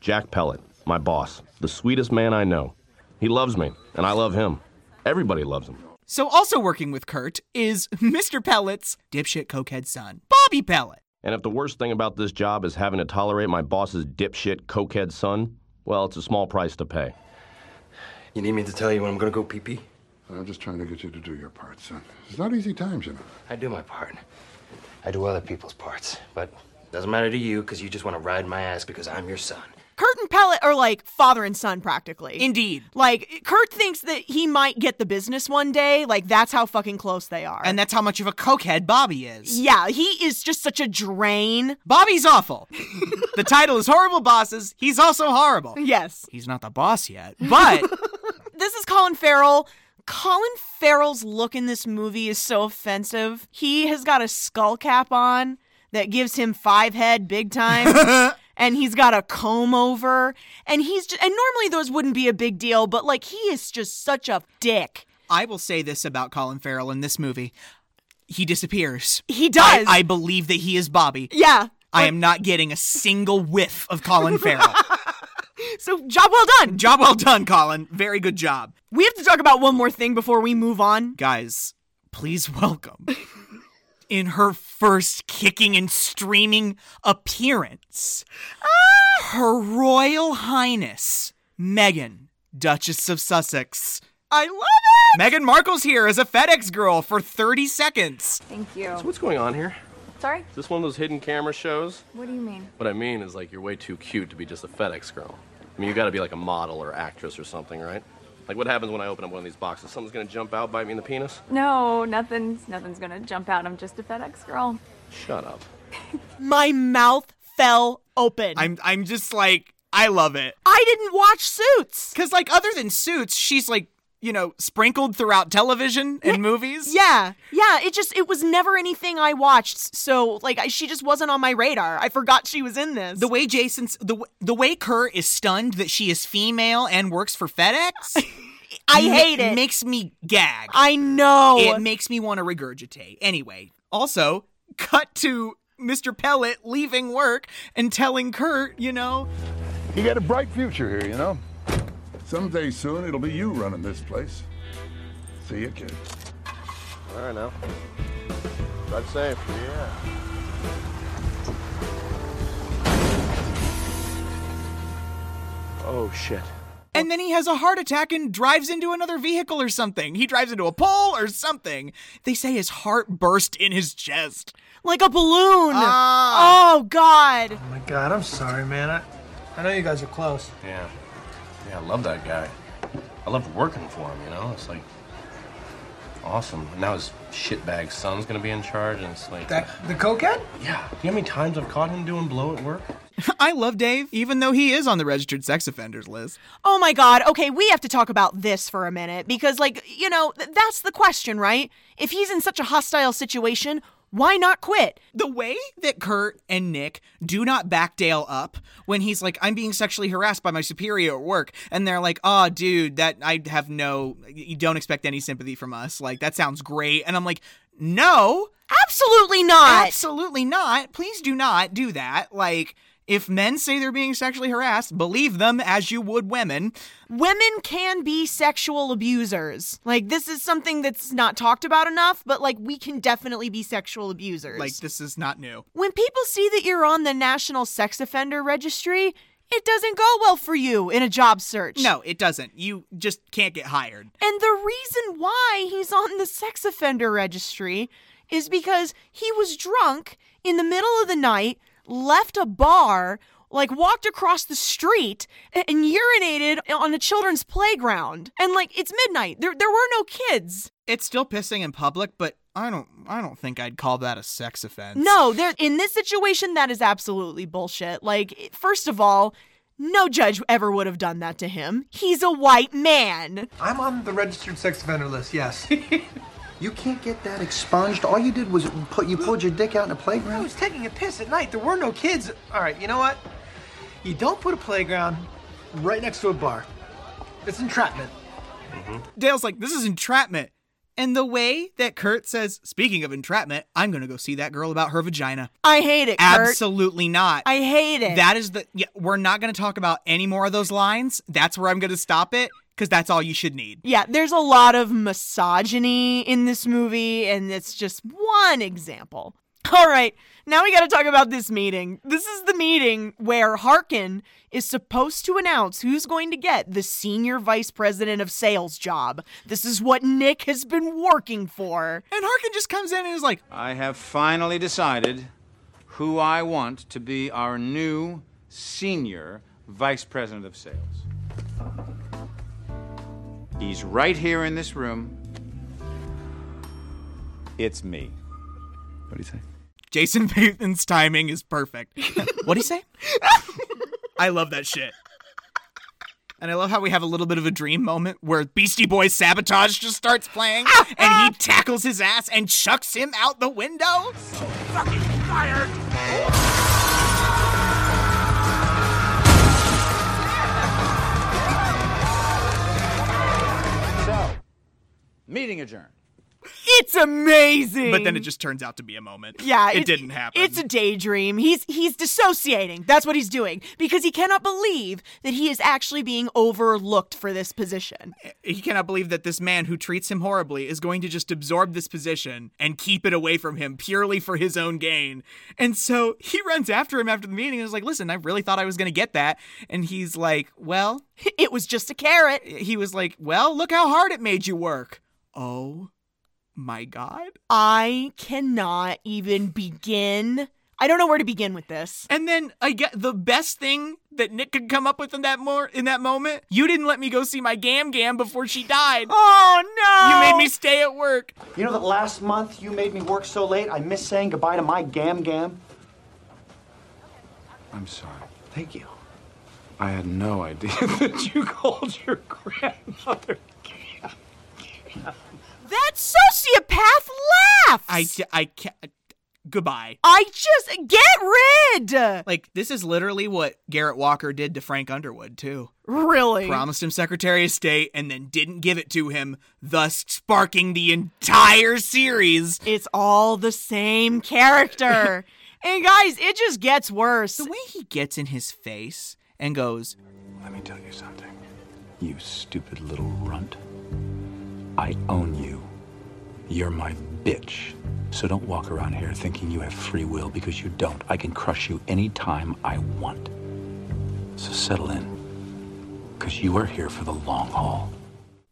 [SPEAKER 8] Jack Pellet, my boss, the sweetest man I know. He loves me, and I love him. Everybody loves him.
[SPEAKER 1] So also working with Kurt is Mr. Pellet's dipshit cokehead son, Bobby Pellet.
[SPEAKER 8] And if the worst thing about this job is having to tolerate my boss's dipshit cokehead son, well, it's a small price to pay.
[SPEAKER 6] You need me to tell you when I'm gonna go pee pee? I'm just trying to get you to do your part, son. It's not easy times, you know.
[SPEAKER 16] I do my part. I do other people's parts, but doesn't matter to you because you just want to ride my ass because I'm your son.
[SPEAKER 2] Kurt and Pellet are like father and son practically.
[SPEAKER 1] Indeed.
[SPEAKER 2] Like Kurt thinks that he might get the business one day. Like that's how fucking close they are.
[SPEAKER 1] And that's how much of a cokehead Bobby is.
[SPEAKER 2] yeah, he is just such a drain.
[SPEAKER 1] Bobby's awful. the title is Horrible Bosses. He's also horrible.
[SPEAKER 2] Yes.
[SPEAKER 1] He's not the boss yet, but
[SPEAKER 2] This is Colin Farrell. Colin Farrell's look in this movie is so offensive. He has got a skull cap on that gives him five head big time. And he's got a comb over, and he's just, and normally those wouldn't be a big deal, but like he is just such a dick.
[SPEAKER 1] I will say this about Colin Farrell in this movie. He disappears.
[SPEAKER 2] He does.
[SPEAKER 1] I, I believe that he is Bobby.
[SPEAKER 2] Yeah.
[SPEAKER 1] I am not getting a single whiff of Colin Farrell.
[SPEAKER 2] So job well done.
[SPEAKER 1] job well done, Colin. Very good job.
[SPEAKER 2] We have to talk about one more thing before we move on.
[SPEAKER 1] Guys, please welcome in her first kicking and streaming appearance, Her Royal Highness, Meghan, Duchess of Sussex.
[SPEAKER 2] I love it!
[SPEAKER 1] Meghan Markle's here as a FedEx girl for 30 seconds.
[SPEAKER 17] Thank you.
[SPEAKER 8] So what's going on here?
[SPEAKER 17] Sorry?
[SPEAKER 8] Is this one of those hidden camera shows?
[SPEAKER 17] What do you mean?
[SPEAKER 8] What I mean is, like, you're way too cute to be just a FedEx girl. I mean, you gotta be like a model or actress or something, right? Like, what happens when I open up one of these boxes? Someone's gonna jump out, bite me in the penis?
[SPEAKER 17] No, nothing's nothing's gonna jump out. I'm just a FedEx girl.
[SPEAKER 8] Shut up.
[SPEAKER 2] My mouth fell open.
[SPEAKER 1] I'm I'm just like I love it.
[SPEAKER 2] I didn't watch Suits.
[SPEAKER 1] Cuz like other than Suits, she's like, you know, sprinkled throughout television and movies.
[SPEAKER 2] Yeah, yeah. It just it was never anything I watched, so like I, she just wasn't on my radar. I forgot she was in this.
[SPEAKER 1] The way Jason's the w- the way Kerr is stunned that she is female and works for FedEx.
[SPEAKER 2] I
[SPEAKER 1] ma-
[SPEAKER 2] hate it.
[SPEAKER 1] Makes me gag.
[SPEAKER 2] I know.
[SPEAKER 1] It makes me want to regurgitate. Anyway, also cut to Mr. Pellet leaving work and telling Kurt, you know,
[SPEAKER 6] You got a bright future here, you know. Someday soon, it'll be you running this place. See you, kid.
[SPEAKER 8] All right, now. Drive safe. Yeah. Oh, shit.
[SPEAKER 1] and then he has a heart attack and drives into another vehicle or something. He drives into a pole or something. They say his heart burst in his chest.
[SPEAKER 2] like a balloon.
[SPEAKER 1] Ah.
[SPEAKER 2] Oh God.
[SPEAKER 15] Oh my God, I'm sorry, man. I, I know you guys are close.
[SPEAKER 8] Yeah. Yeah, I love that guy. I love working for him, you know? It's like awesome. And now his shitbag son's gonna be in charge, and it's like.
[SPEAKER 15] That the cokehead?
[SPEAKER 8] yeah. Do you know how many times I've caught him doing blow at work?
[SPEAKER 1] I love Dave, even though he is on the registered sex offenders list.
[SPEAKER 2] Oh my God. Okay, we have to talk about this for a minute because, like, you know, th- that's the question, right? If he's in such a hostile situation, why not quit?
[SPEAKER 1] The way that Kurt and Nick do not back Dale up when he's like, I'm being sexually harassed by my superior at work. And they're like, oh, dude, that I have no, you don't expect any sympathy from us. Like, that sounds great. And I'm like, no,
[SPEAKER 2] Absolutely not.
[SPEAKER 1] absolutely not. Please do not do that. Like, if men say they're being sexually harassed, believe them as you would women.
[SPEAKER 2] Women can be sexual abusers. Like, this is something that's not talked about enough, but like, we can definitely be sexual abusers.
[SPEAKER 1] Like, this is not new.
[SPEAKER 2] when people see that you're on the National Sex Offender Registry, it doesn't go well for you in a job search.
[SPEAKER 1] No, it doesn't. You just can't get hired.
[SPEAKER 2] And the reason why he's on the sex offender registry is because he was drunk in the middle of the night, left a bar, like walked across the street and, and urinated on a children's playground. And like it's midnight. There there were no kids.
[SPEAKER 1] It's still pissing in public, but I don't I don't think I'd call that a sex offense.
[SPEAKER 2] No, there in this situation that is absolutely bullshit. Like it- first of all, no judge ever would have done that to him. He's a white man.
[SPEAKER 15] I'm on the registered sex offender list, yes.
[SPEAKER 18] You can't get that expunged. All you did was put you pulled your dick out in a
[SPEAKER 15] I
[SPEAKER 18] playground.
[SPEAKER 15] was taking a piss at night. There were no kids. All right, you know what? You don't put a playground right next to a bar. It's entrapment.
[SPEAKER 1] Dale's like, this is entrapment. And the way that Kurt says, speaking of entrapment, I'm going to go see that girl about her vagina.
[SPEAKER 2] I hate it, Kurt.
[SPEAKER 1] Absolutely not.
[SPEAKER 2] I hate it.
[SPEAKER 1] That is the. Yeah, we're not going to talk about any more of those lines. That's where I'm going to stop it because that's all you should need.
[SPEAKER 2] Yeah, there's a lot of misogyny in this movie, and it's just one example. All right, now we got to talk about this meeting. This is the meeting where Harkin is supposed to announce who's going to get the senior vice president of sales job. This is what Nick has been working for.
[SPEAKER 1] And Harkin just comes in and is like,
[SPEAKER 3] I have finally decided who I want to be our new senior vice president of sales. He's right here in this room. It's me.
[SPEAKER 1] What do you say? Jason Bateman's timing is perfect. what do you say? I love that shit. And I love how we have a little bit of a dream moment where Beastie Boys Sabotage just starts playing and he tackles his ass and chucks him out the window.
[SPEAKER 12] Fucking fired!
[SPEAKER 3] So, meeting adjourned.
[SPEAKER 2] It's amazing.
[SPEAKER 1] But then it just turns out to be a moment.
[SPEAKER 2] Yeah,
[SPEAKER 1] it, didn't happen.
[SPEAKER 2] It's a daydream. He's he's dissociating. That's what he's doing because he cannot believe that he is actually being overlooked for this position.
[SPEAKER 1] he cannot believe that this man who treats him horribly is going to just absorb this position and keep it away from him purely for his own gain. And so he runs after him after the meeting and is like, listen, I really thought I was going to get that. And he's like, well,
[SPEAKER 2] it was just a carrot.
[SPEAKER 1] He was like, well, look how hard it made you work. Oh my God.
[SPEAKER 2] I cannot even begin. I don't know where to begin with this.
[SPEAKER 1] And then I get the best thing that Nick could come up with in that more in that moment. You didn't let me go see my gam gam before she died.
[SPEAKER 2] Oh
[SPEAKER 1] You made me stay at work.
[SPEAKER 18] You know that last month you made me work so late. I miss saying goodbye to my gam gam.
[SPEAKER 14] I'm sorry.
[SPEAKER 18] Thank you.
[SPEAKER 14] I had no idea that you called your grandmother.
[SPEAKER 2] That sociopath laughs.
[SPEAKER 1] I I can't. Goodbye.
[SPEAKER 2] I just get rid.
[SPEAKER 1] Like this is literally what Garrett Walker did to Frank Underwood too.
[SPEAKER 2] Really?
[SPEAKER 1] Promised him Secretary of State and then didn't give it to him, thus sparking the entire series.
[SPEAKER 2] It's all the same character. and guys, it just gets worse. The
[SPEAKER 1] way he gets in his face and goes,
[SPEAKER 19] Let me tell you something. You stupid little runt. I own you. You're my bitch. So don't walk around here thinking you have free will because you don't. I can crush you anytime I want. So settle in. Because you are here for the long haul.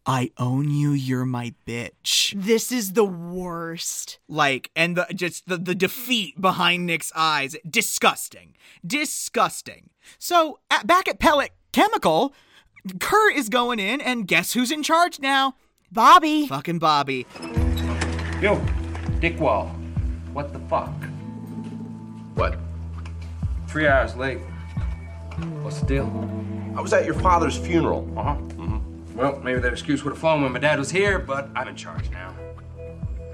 [SPEAKER 1] I own you, you're my bitch.
[SPEAKER 2] This is the worst.
[SPEAKER 1] Like, and the just the, the defeat behind Nick's eyes. Disgusting. Disgusting. So at, back at Pellet Chemical, Kurt is going in, and guess who's in charge now?
[SPEAKER 2] Bobby.
[SPEAKER 1] Fucking Bobby.
[SPEAKER 20] Yo, dickwall.
[SPEAKER 15] Oh,
[SPEAKER 20] What the fuck?
[SPEAKER 19] What?
[SPEAKER 20] Three hours late. What's the deal?
[SPEAKER 19] I was at your father's funeral.
[SPEAKER 20] Uh
[SPEAKER 8] Uh-huh.
[SPEAKER 20] huh. Mm-hmm. Well, maybe that excuse would have flown when my dad was here, but I'm in charge now.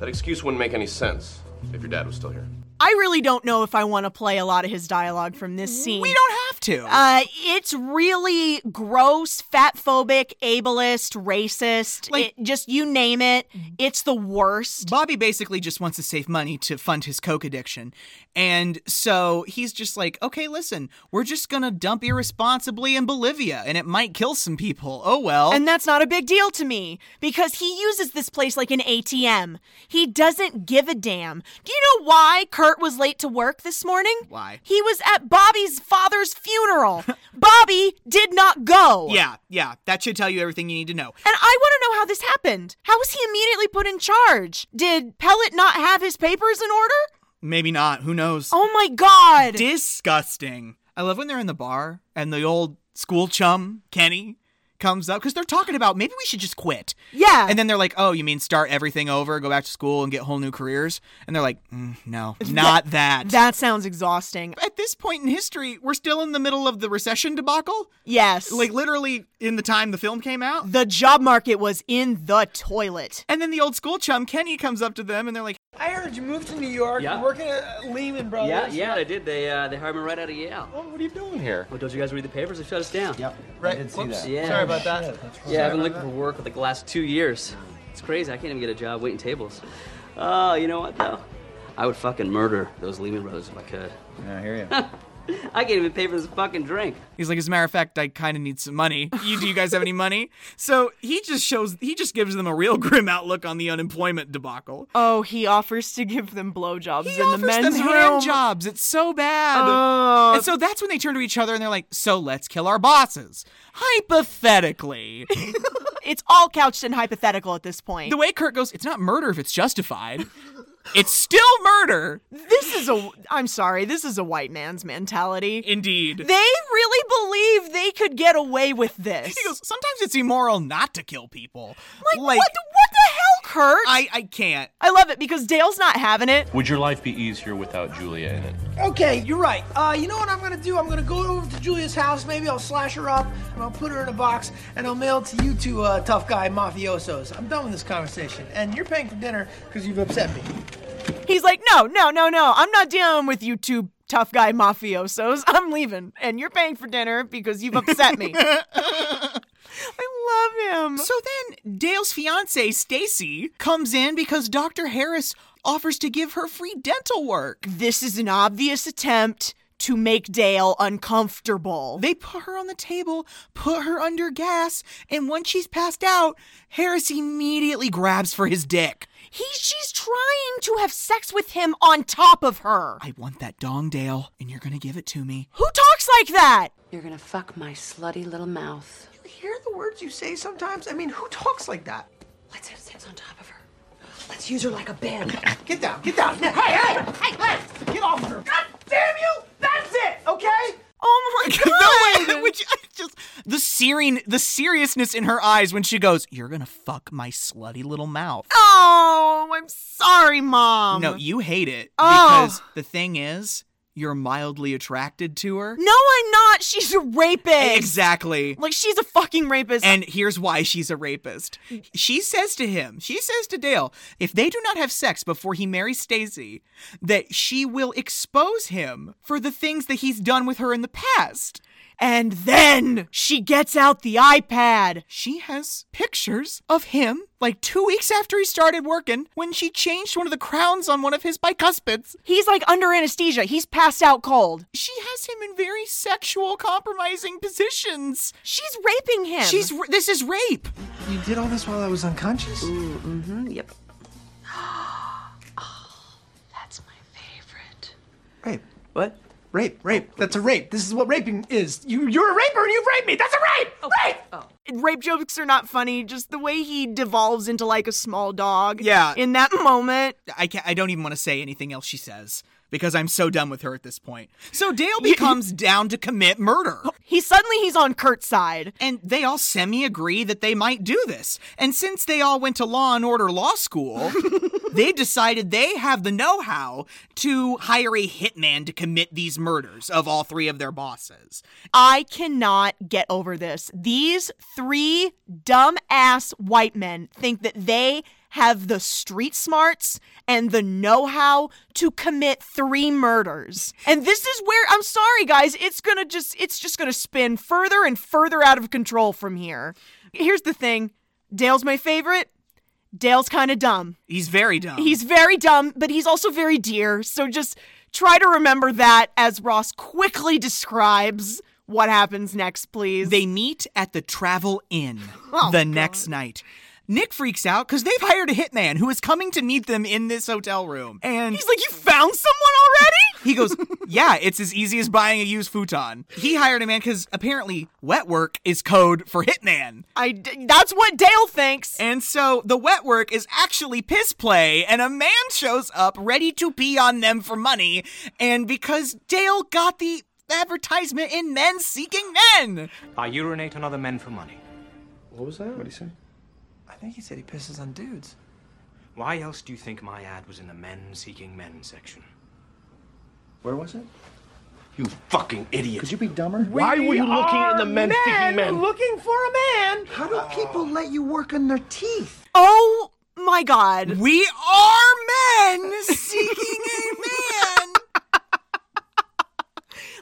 [SPEAKER 8] That excuse wouldn't make any sense if your dad was still here.
[SPEAKER 2] I really don't know if I want to play a lot of his dialogue from this scene. We
[SPEAKER 1] don't have to.
[SPEAKER 2] Uh, it's really gross, fat phobic, ableist, racist. Like, just you name it.
[SPEAKER 1] Mm-hmm.
[SPEAKER 2] It's the worst.
[SPEAKER 1] Bobby basically just wants to save money to fund his coke addiction. And so he's just like, okay, listen, we're just going to dump irresponsibly in Bolivia and it might kill some people. Oh, well.
[SPEAKER 2] And that's not a big deal to me because he uses this place like an ATM. He doesn't give a damn. Do you know why Kurt was late to work this morning?
[SPEAKER 1] Why?
[SPEAKER 2] He was at Bobby's father's funeral. Bobby did not go.
[SPEAKER 1] Yeah, yeah. That should tell you everything you need to know.
[SPEAKER 2] And I want to know how this happened. How was he immediately put in charge? Did Pellet not have his papers in order?
[SPEAKER 1] Maybe not. Who knows?
[SPEAKER 2] Oh my god.
[SPEAKER 1] Disgusting. I love when they're in the bar and the old school chum, Kenny, comes up because they're talking about maybe we should just quit.
[SPEAKER 2] Yeah.
[SPEAKER 1] And then they're like, oh, you mean start everything over, go back to school and get whole new careers? And they're like, "Mm, no, not that.
[SPEAKER 2] That sounds exhausting.
[SPEAKER 1] At this point in history, we're still in the middle of the recession debacle.
[SPEAKER 2] Yes.
[SPEAKER 1] Like literally in the time the film came out.
[SPEAKER 2] The job market was in the toilet.
[SPEAKER 1] And then the old school chum, Kenny, comes up to them and they're like,
[SPEAKER 9] I heard you moved to New York.
[SPEAKER 21] Yeah.
[SPEAKER 9] You're working at Lehman Brothers.
[SPEAKER 21] Yeah, yeah, I did. They uh, they hired me right out of Yale. Well, what are you doing here? Well, don't you guys read the papers? They shut us down. Yep.
[SPEAKER 9] Right. I did see Whoops. that.
[SPEAKER 21] Yeah.
[SPEAKER 9] Sorry about that. Shit, that's
[SPEAKER 21] Yeah, I've
[SPEAKER 9] right.
[SPEAKER 21] been
[SPEAKER 9] Sorry
[SPEAKER 21] looking
[SPEAKER 9] about
[SPEAKER 21] for work for like the last two years. It's crazy. I can't even get a job waiting tables. Oh, you know what though? I would fucking murder those Lehman Brothers if I could. Yeah, I hear you. I can't even pay for this fucking drink.
[SPEAKER 1] He's like, as a matter of fact, I kind of need some money. You, do you guys have any money? So he just shows, he just gives them a real grim outlook on the unemployment debacle.
[SPEAKER 2] Oh, he offers to give them blowjobs
[SPEAKER 1] He
[SPEAKER 2] in the
[SPEAKER 1] offers them
[SPEAKER 2] men's
[SPEAKER 1] hand
[SPEAKER 2] room.
[SPEAKER 1] jobs. It's so bad.
[SPEAKER 2] Oh.
[SPEAKER 1] and so that's when they turn to each other and they're like, so let's kill our bosses. Hypothetically.
[SPEAKER 2] It's all couched in hypothetical at this point.
[SPEAKER 1] the way Kurt goes, it's not murder if it's justified. It's still murder.
[SPEAKER 2] This is a I'm sorry, this is a white man's mentality.
[SPEAKER 1] Indeed. They
[SPEAKER 2] really believe they could get away with this.
[SPEAKER 1] He goes, sometimes it's immoral not to kill people.
[SPEAKER 2] Like, what, the, what the hell, Kurt?
[SPEAKER 1] I, I can't.
[SPEAKER 2] I love it because Dale's not having it.
[SPEAKER 22] Would your life be easier without Julia in it?
[SPEAKER 9] Okay, you're right. Uh, you know what I'm gonna do? I'm gonna go over to Julia's house. Maybe I'll slash her up and I'll put her in a box and I'll mail it to you two uh, tough guy mafiosos. I'm done with this conversation. And you're paying for dinner because you've upset me.
[SPEAKER 2] He's like, no, no, no, no. I'm not dealing with you two tough guy mafiosos. I'm leaving, and you're paying for dinner because you've upset me. I love him.
[SPEAKER 1] So then Dale's fiance, Stacy, comes in because Dr. Harris offers to give her free dental work.
[SPEAKER 2] This is an obvious attempt to make Dale uncomfortable.
[SPEAKER 1] They put her on the table, put her under gas, and once she's passed out, Harris immediately grabs for his dick.
[SPEAKER 2] He, she's trying to have sex with him on top of her.
[SPEAKER 1] I want that dong, Dale, and you're gonna give it to me.
[SPEAKER 2] Who talks like that?
[SPEAKER 7] You're gonna fuck my slutty little mouth.
[SPEAKER 9] You hear the words you say sometimes? I mean, who talks like that?
[SPEAKER 7] Let's have sex on top of her.
[SPEAKER 9] Let's use her like a bed. Get down, get down. Hey, hey, hey, hey, get off her. God damn you! That's it, okay?
[SPEAKER 2] Oh my
[SPEAKER 1] god! Which I just the serene, the seriousness in her eyes when she goes, "You're gonna fuck my slutty little mouth."
[SPEAKER 2] Oh, I'm sorry, Mom.
[SPEAKER 1] no, you hate it
[SPEAKER 2] Um, Oh.
[SPEAKER 1] because the thing is, you're mildly attracted to her.
[SPEAKER 2] No, I'm not. She's a rapist.
[SPEAKER 1] Exactly.
[SPEAKER 2] Like, she's a fucking rapist.
[SPEAKER 1] And here's why she's a rapist. She says to him, she says to Dale, if they do not have sex before he marries Stacy, that she will expose him for the things that he's done with her in the past.
[SPEAKER 2] And then she gets out the iPad.
[SPEAKER 1] She has pictures of him like two weeks after he started working when she changed one of the crowns on one of his bicuspids.
[SPEAKER 2] He's like under anesthesia. He's passed out cold.
[SPEAKER 1] She has him in very sexual, compromising positions.
[SPEAKER 2] She's raping him.
[SPEAKER 1] She's this is rape.
[SPEAKER 9] You did all this while I was unconscious?
[SPEAKER 7] Ooh, mm-hmm, yep. That's my favorite.
[SPEAKER 9] Rape. What? Rape, rape. That's a rape. This is what raping is. You, you're a raper and you raped me. That's a rape! Rape!
[SPEAKER 2] Rape jokes are not funny. Just the way he devolves into like a small dog.
[SPEAKER 1] Yeah.
[SPEAKER 2] In that moment.
[SPEAKER 1] I can't, I don't even want to say anything else she says because I'm so done with her at this point. So Dale becomes down to commit murder.
[SPEAKER 2] He suddenly he's on Kurt's side.
[SPEAKER 1] And they all semi agree that they might do this. And since they all went to law and order law school, they decided they have the know how to hire a hitman to commit these murders of all three of their bosses.
[SPEAKER 2] I cannot get over this. These three dumbass white men think that they have the street smarts and the know how to commit three murders. And this is where I'm sorry guys, it's gonna just it's just gonna spin further and further out of control from here. Here's the thing. Dale's my favorite. Dale's kinda dumb.
[SPEAKER 1] He's very dumb.
[SPEAKER 2] He's very dumb, but he's also very dear. So just try to remember that as Ross quickly describes what happens next, please.
[SPEAKER 1] They meet at the Travel Inn
[SPEAKER 2] Oh,
[SPEAKER 1] the
[SPEAKER 2] God.
[SPEAKER 1] next night. Nick freaks out because they've hired a hitman who is coming to meet them in this hotel room. And
[SPEAKER 2] He's like, You found someone already?
[SPEAKER 1] He goes, Yeah, it's as easy as buying a used futon. He hired a man because apparently wet work is code for hitman.
[SPEAKER 2] I d- that's what Dale thinks.
[SPEAKER 1] And so the wet work is actually piss play, and a man shows up ready to pee on them for money. And because Dale got the advertisement in men seeking men.
[SPEAKER 23] I urinate on other men for money.
[SPEAKER 9] What was that?
[SPEAKER 23] What do you say?
[SPEAKER 9] I think he said he pisses on dudes.
[SPEAKER 23] Why else do you think my ad was in the men seeking men section?
[SPEAKER 11] Where was it?
[SPEAKER 23] You fucking idiot.
[SPEAKER 11] Could you be dumber?
[SPEAKER 23] Why were you looking in the men seeking men?
[SPEAKER 2] looking for a man.
[SPEAKER 18] How do people let you work on their teeth?
[SPEAKER 2] Oh my god.
[SPEAKER 1] We are men seeking a man.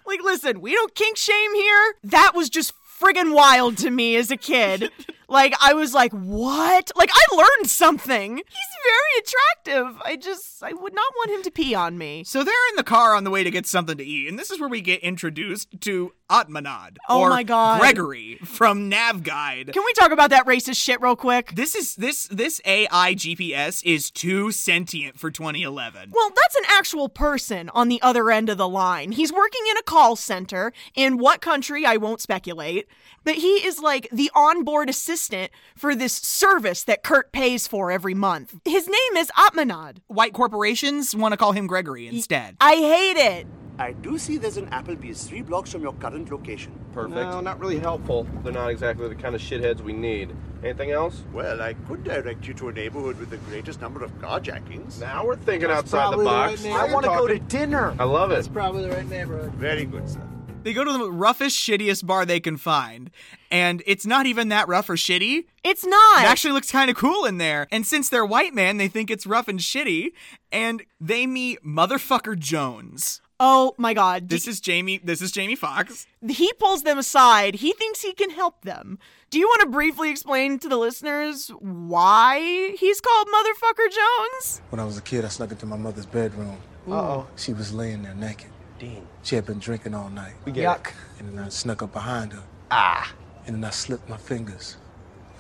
[SPEAKER 2] Like, listen, we don't kink shame here. That was just friggin' wild to me as a kid. like, I was like, what? Like, I learned something. He's very attractive. I just, I would not want him to pee on me.
[SPEAKER 1] So they're in the car on the way to get something to eat, and this is where we get introduced to Atmanad.
[SPEAKER 2] Oh
[SPEAKER 1] or
[SPEAKER 2] my God.
[SPEAKER 1] Gregory from NavGuide.
[SPEAKER 2] Can we talk about that racist shit real quick?
[SPEAKER 1] This is this this AI GPS is too sentient for 2011.
[SPEAKER 2] Well, that's an actual person on the other end of the line. He's working in a call center in what country, I won't speculate, but he is like the onboard assistant for this service that Kurt pays for every month. His name is Atmanad.
[SPEAKER 1] White corporations want to call him Gregory instead.
[SPEAKER 2] I hate it.
[SPEAKER 24] I do see there's an Applebee's three blocks from your current location.
[SPEAKER 25] Perfect. No, not really helpful. They're not exactly the kind of shitheads we need. Anything else?
[SPEAKER 24] Well, I could direct you to a neighborhood with the greatest number of carjackings.
[SPEAKER 25] Now we're thinking outside the box.
[SPEAKER 18] I want to go to dinner.
[SPEAKER 25] I love it.
[SPEAKER 18] probably the right neighborhood.
[SPEAKER 24] Very good, sir.
[SPEAKER 1] They go to the roughest, shittiest bar they can find. And it's not even that rough or shitty.
[SPEAKER 2] It's not.
[SPEAKER 1] It actually looks kind of cool in there. And since they're white man, they think it's rough and shitty. And they meet motherfucker Jones.
[SPEAKER 2] Oh my god.
[SPEAKER 1] This is Jamie. This is Jamie Fox.
[SPEAKER 2] He pulls them aside. He thinks he can help them. Do you want to briefly explain to the listeners why he's called Motherfucker Jones?
[SPEAKER 26] When I was a kid, I snuck into my mother's bedroom.
[SPEAKER 25] Uh-oh.
[SPEAKER 26] She was laying there naked. Dean. She had been drinking all night.
[SPEAKER 25] We get it. Yuck.
[SPEAKER 26] And then I snuck up behind her.
[SPEAKER 25] Ah.
[SPEAKER 26] And then I slipped my fingers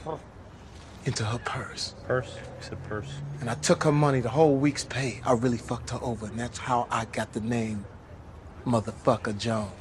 [SPEAKER 25] Huh.
[SPEAKER 26] into her purse.
[SPEAKER 25] Purse. He said purse.
[SPEAKER 26] And I took her money, the whole week's pay. I really fucked her over, and that's how I got the name Motherfucker Jones.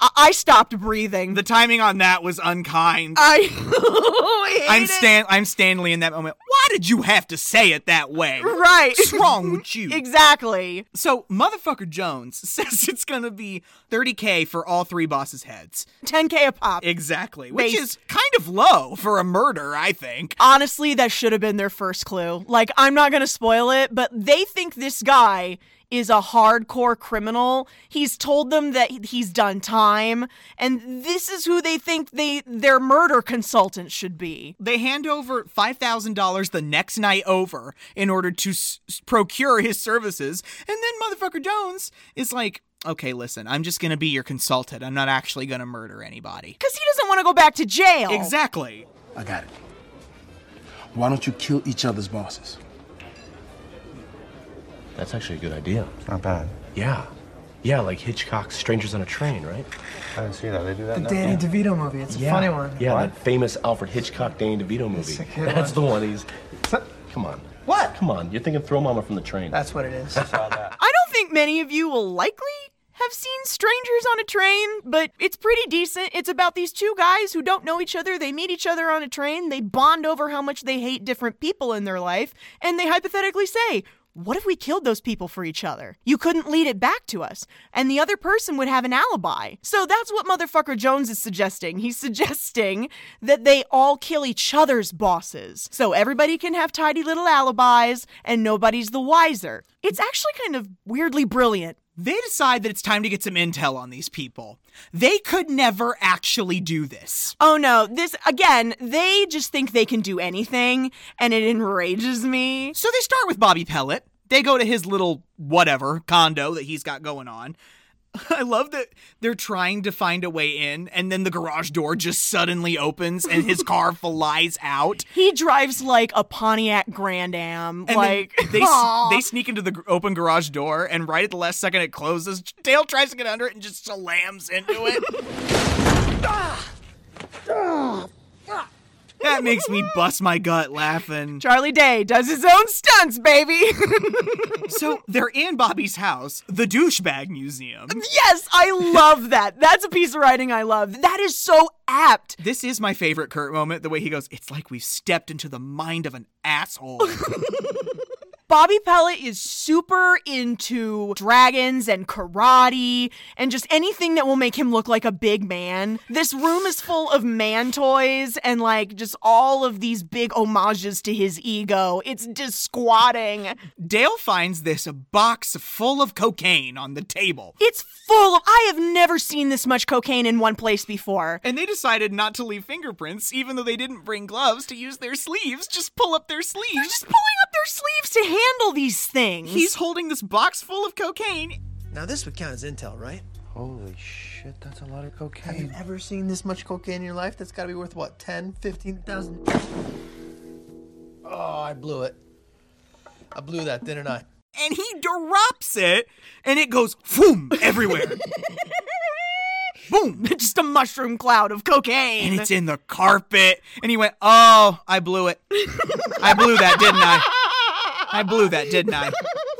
[SPEAKER 2] I, I stopped breathing.
[SPEAKER 1] The timing on that was unkind.
[SPEAKER 2] I, I hate
[SPEAKER 1] I'm Stan. I'm Stanley in that moment. Why did you have to say it that way?
[SPEAKER 2] Right.
[SPEAKER 1] What's wrong with you?
[SPEAKER 2] Exactly.
[SPEAKER 1] So, motherfucker Jones says it's gonna be 30k for all three bosses' heads.
[SPEAKER 2] 10k a pop.
[SPEAKER 1] Exactly. Which
[SPEAKER 2] Base.
[SPEAKER 1] is kind of low for a murder, I think.
[SPEAKER 2] Honestly, that should have been their first clue. Like, I'm not going to spoil it, but they think this guy is a hardcore criminal. He's told them that he's done time, and this is who they think they their murder consultant should be.
[SPEAKER 1] They hand over $5,000 the next night over in order to s- s- procure his services. And then motherfucker Jones is like, okay, listen, I'm just going to be your consultant. I'm not actually going to murder anybody.
[SPEAKER 2] Cuz he doesn't want to go back to jail.
[SPEAKER 1] Exactly.
[SPEAKER 26] I got it. Why don't you kill each other's bosses?
[SPEAKER 16] That's actually a good idea.
[SPEAKER 25] Not bad.
[SPEAKER 16] Yeah. Yeah, like Hitchcock's Strangers on a Train, right? I didn't see that. They do that
[SPEAKER 9] The Danny DeVito movie. It's a funny one.
[SPEAKER 16] Yeah, that famous Alfred Hitchcock Danny DeVito movie.
[SPEAKER 9] That's a good
[SPEAKER 16] That's
[SPEAKER 9] one.
[SPEAKER 16] the one he's. it's not- Come on.
[SPEAKER 9] What?
[SPEAKER 16] Come on. You're thinking Throw Mama from the Train.
[SPEAKER 9] That's what it is.
[SPEAKER 2] I don't think many of you will likely have seen Strangers on a Train, but it's pretty decent. It's about these two guys who don't know each other. They meet each other on a train, they bond over how much they hate different people in their life, and they hypothetically say, what if we killed those people for each other? You couldn't lead it back to us, and the other person would have an alibi. So that's what motherfucker Jones is suggesting. He's suggesting that they all kill each other's bosses. So everybody can have tidy little alibis, and nobody's the wiser. It's actually kind of weirdly brilliant.
[SPEAKER 1] They decide that it's time to get some intel on these people. They could never actually do this.
[SPEAKER 2] Oh no, this again, they just think they can do anything, and it enrages me.
[SPEAKER 1] So they start with Bobby Pellet. They go to his little whatever condo that he's got going on. I love that they're trying to find a way in, and then the garage door just suddenly opens and his car flies out.
[SPEAKER 2] He drives like a Pontiac Grand Am.
[SPEAKER 1] And then
[SPEAKER 2] like
[SPEAKER 1] they, s-
[SPEAKER 2] aw.
[SPEAKER 1] they sneak into the gr- open garage door, and right at the last second it closes. Dale tries to get under it and just slams into it. that makes me bust my gut laughing.
[SPEAKER 2] Charlie Day does his own stunts, baby.
[SPEAKER 1] so they're in Bobby's house, the douchebag museum.
[SPEAKER 2] Yes, I love that. That's a piece of writing I love. That is so apt.
[SPEAKER 1] This is my favorite Kurt moment. The way he goes, it's like we've stepped into the mind of an asshole.
[SPEAKER 2] Bobby Pellet is super into dragons and karate and just anything that will make him look like a big man. This room is full of man toys and like just all of these big homages to his ego. It's disquatting.
[SPEAKER 1] Dale finds this box full of cocaine on the table.
[SPEAKER 2] It's full of. I have never seen this much cocaine in one place before.
[SPEAKER 1] And they decided not to leave fingerprints, even though they didn't bring gloves to use their sleeves. Just pull up their sleeves. They're
[SPEAKER 2] just pulling up their sleeves to handle these things.
[SPEAKER 1] He's holding this box full of cocaine.
[SPEAKER 9] Now, this would count as intel, right?
[SPEAKER 26] Holy shit, that's a lot of
[SPEAKER 9] Have you
[SPEAKER 26] cocaine.
[SPEAKER 9] ever seen this much cocaine in your life? That's got to be worth what, 10, 15,000? Oh, I blew it. I blew that, didn't I?
[SPEAKER 1] And he drops it, and it goes boom everywhere. boom!
[SPEAKER 2] Just a mushroom cloud of cocaine.
[SPEAKER 1] And it's in the carpet. And he went, Oh, I blew it. I blew that, didn't I? I blew that, didn't I?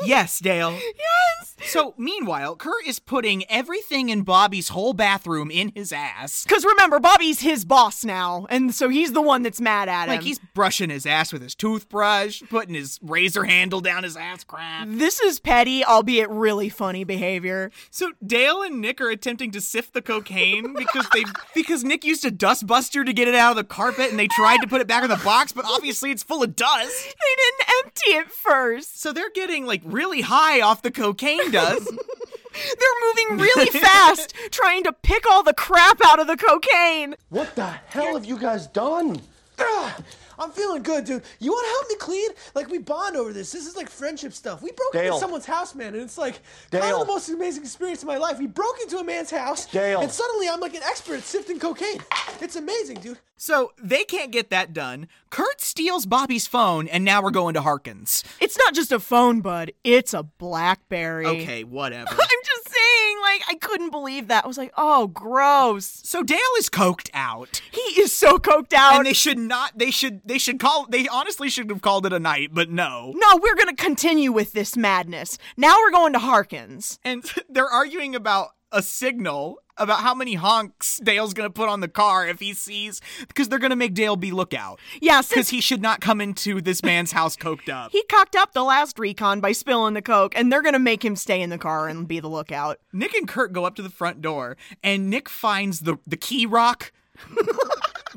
[SPEAKER 1] Yes, Dale.
[SPEAKER 2] Yes!
[SPEAKER 1] So, meanwhile, Kerr is putting everything in Bobby's whole bathroom in his ass.
[SPEAKER 2] Because remember, Bobby's his boss now, and so he's the one that's mad at him.
[SPEAKER 1] Like, he's brushing his ass with his toothbrush, putting his razor handle down his ass crack.
[SPEAKER 2] This is petty, albeit really funny behavior.
[SPEAKER 1] So Dale and Nick are attempting to sift the cocaine because they because Nick used a dustbuster to get it out of the carpet and they tried to put it back in the box, but obviously it's full of dust.
[SPEAKER 2] They didn't empty it first.
[SPEAKER 1] So they're getting like really high off the cocaine dust.
[SPEAKER 2] They're moving really fast, trying to pick all the crap out of the cocaine.
[SPEAKER 26] What the hell have you guys done?
[SPEAKER 9] Ugh, I'm feeling good, dude. You want to help me clean? Like, we bond over this. This is like friendship stuff. We broke into
[SPEAKER 26] Dale.
[SPEAKER 9] someone's house, man, and it's like kind of
[SPEAKER 26] Dale.
[SPEAKER 9] the most amazing experience of my life. We broke into a man's house,
[SPEAKER 26] Dale.
[SPEAKER 9] and suddenly I'm like an expert at sifting cocaine. It's amazing, dude.
[SPEAKER 1] so they can't get that done. Kurt steals Bobby's phone and now we're going to Harkins.
[SPEAKER 2] It's not just a phone, bud. It's a BlackBerry.
[SPEAKER 1] Okay, whatever.
[SPEAKER 2] I'm just saying, like, I couldn't believe that. I was like, oh, gross.
[SPEAKER 1] So Dale is coked out.
[SPEAKER 2] He is so coked out.
[SPEAKER 1] And they should not they should they should call they honestly should have called it a night, but no.
[SPEAKER 2] no, we're going to continue with this madness. Now we're going to Harkins.
[SPEAKER 1] And they're arguing about a signal about how many honks Dale's gonna put on the car if he sees because they're gonna make Dale be lookout.
[SPEAKER 2] Yeah,
[SPEAKER 1] Because
[SPEAKER 2] since
[SPEAKER 1] he should not come into this man's house coked up.
[SPEAKER 2] he cocked up the last recon by spilling the coke, and they're going to make him stay in the car and be the lookout.
[SPEAKER 1] Nick and Kurt go up to the front door, and Nick finds the the key rock.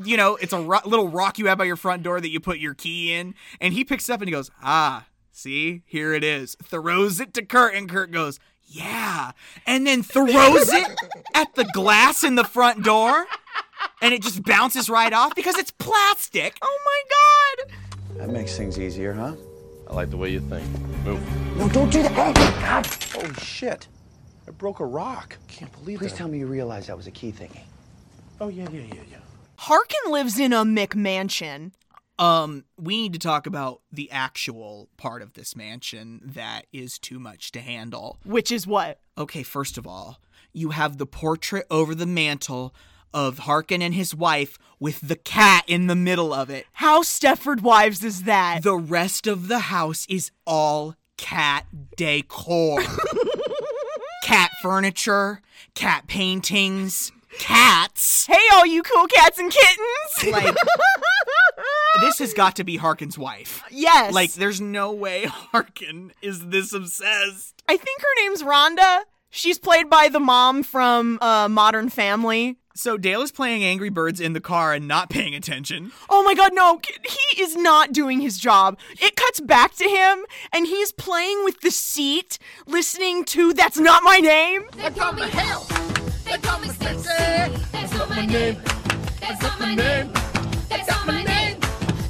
[SPEAKER 1] you know, it's a ro- little rock you have by your front door that you put your key in, and he picks it up and he goes, "Ah, see, here it is." Throws it to Kurt, and Kurt goes, "Yeah," and then throws it at the glass in the front door, and it just bounces right off because it's plastic.
[SPEAKER 2] Oh my god!
[SPEAKER 25] That makes things easier, huh?
[SPEAKER 22] I like the way you think. Move.
[SPEAKER 26] No, don't do that. Oh, God. Holy shit. I broke a rock. Can't believe
[SPEAKER 25] Please
[SPEAKER 26] it.
[SPEAKER 25] tell me you realize that was a key thingy.
[SPEAKER 26] Oh, yeah, yeah, yeah, yeah.
[SPEAKER 2] Harkin lives in a McMansion.
[SPEAKER 1] Um, we need to talk about the actual part of this mansion that is too much to handle.
[SPEAKER 2] Which is what?
[SPEAKER 1] Okay, first of all, you have the portrait over the mantle of Harkin and his wife with the cat in the middle of it.
[SPEAKER 2] How Stefford Wives is that?
[SPEAKER 1] The rest of the house is all cat decor. cat furniture, cat paintings, cats.
[SPEAKER 2] hey, all you cool cats and kittens!
[SPEAKER 1] Like this has got to be Harkin's wife.
[SPEAKER 2] yes.
[SPEAKER 1] Like there's no way Harkin is this obsessed.
[SPEAKER 2] I think her name's Rhonda. She's played by the mom from uh, Modern Family.
[SPEAKER 1] So Dale is playing Angry Birds in the car and not paying attention.
[SPEAKER 2] Oh my god, no, he is not doing his job. It cuts back to him, and he's playing with the seat, listening to That's Not My Name.
[SPEAKER 5] They call me Hell. They call me Stacy. That's not my name. That's not my name. That's not my name.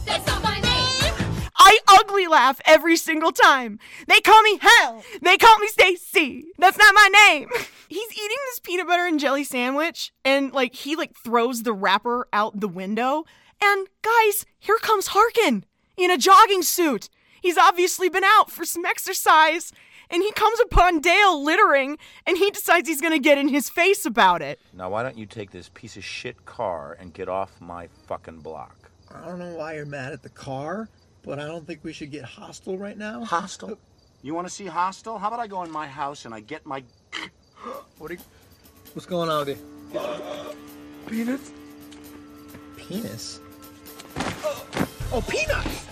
[SPEAKER 5] That's not my name.
[SPEAKER 2] I ugly laugh every single time. They call me Hell. They call me Stacy. That's not my name. He's eating this peanut butter and jelly sandwich, and like he like throws the wrapper out the window. And guys, here comes Harkin in a jogging suit. He's obviously been out for some exercise, and he comes upon Dale littering, and he decides he's gonna get in his face about it.
[SPEAKER 3] Now, why don't you take this piece of shit car and get off my fucking block?
[SPEAKER 9] I don't know why you're mad at the car, but I don't think we should get hostile right now.
[SPEAKER 26] Hostile?
[SPEAKER 3] You want to see hostile? How about I go in my house and I get my. What do you.
[SPEAKER 9] What's going on with
[SPEAKER 26] Penis?
[SPEAKER 9] Oh, peanuts!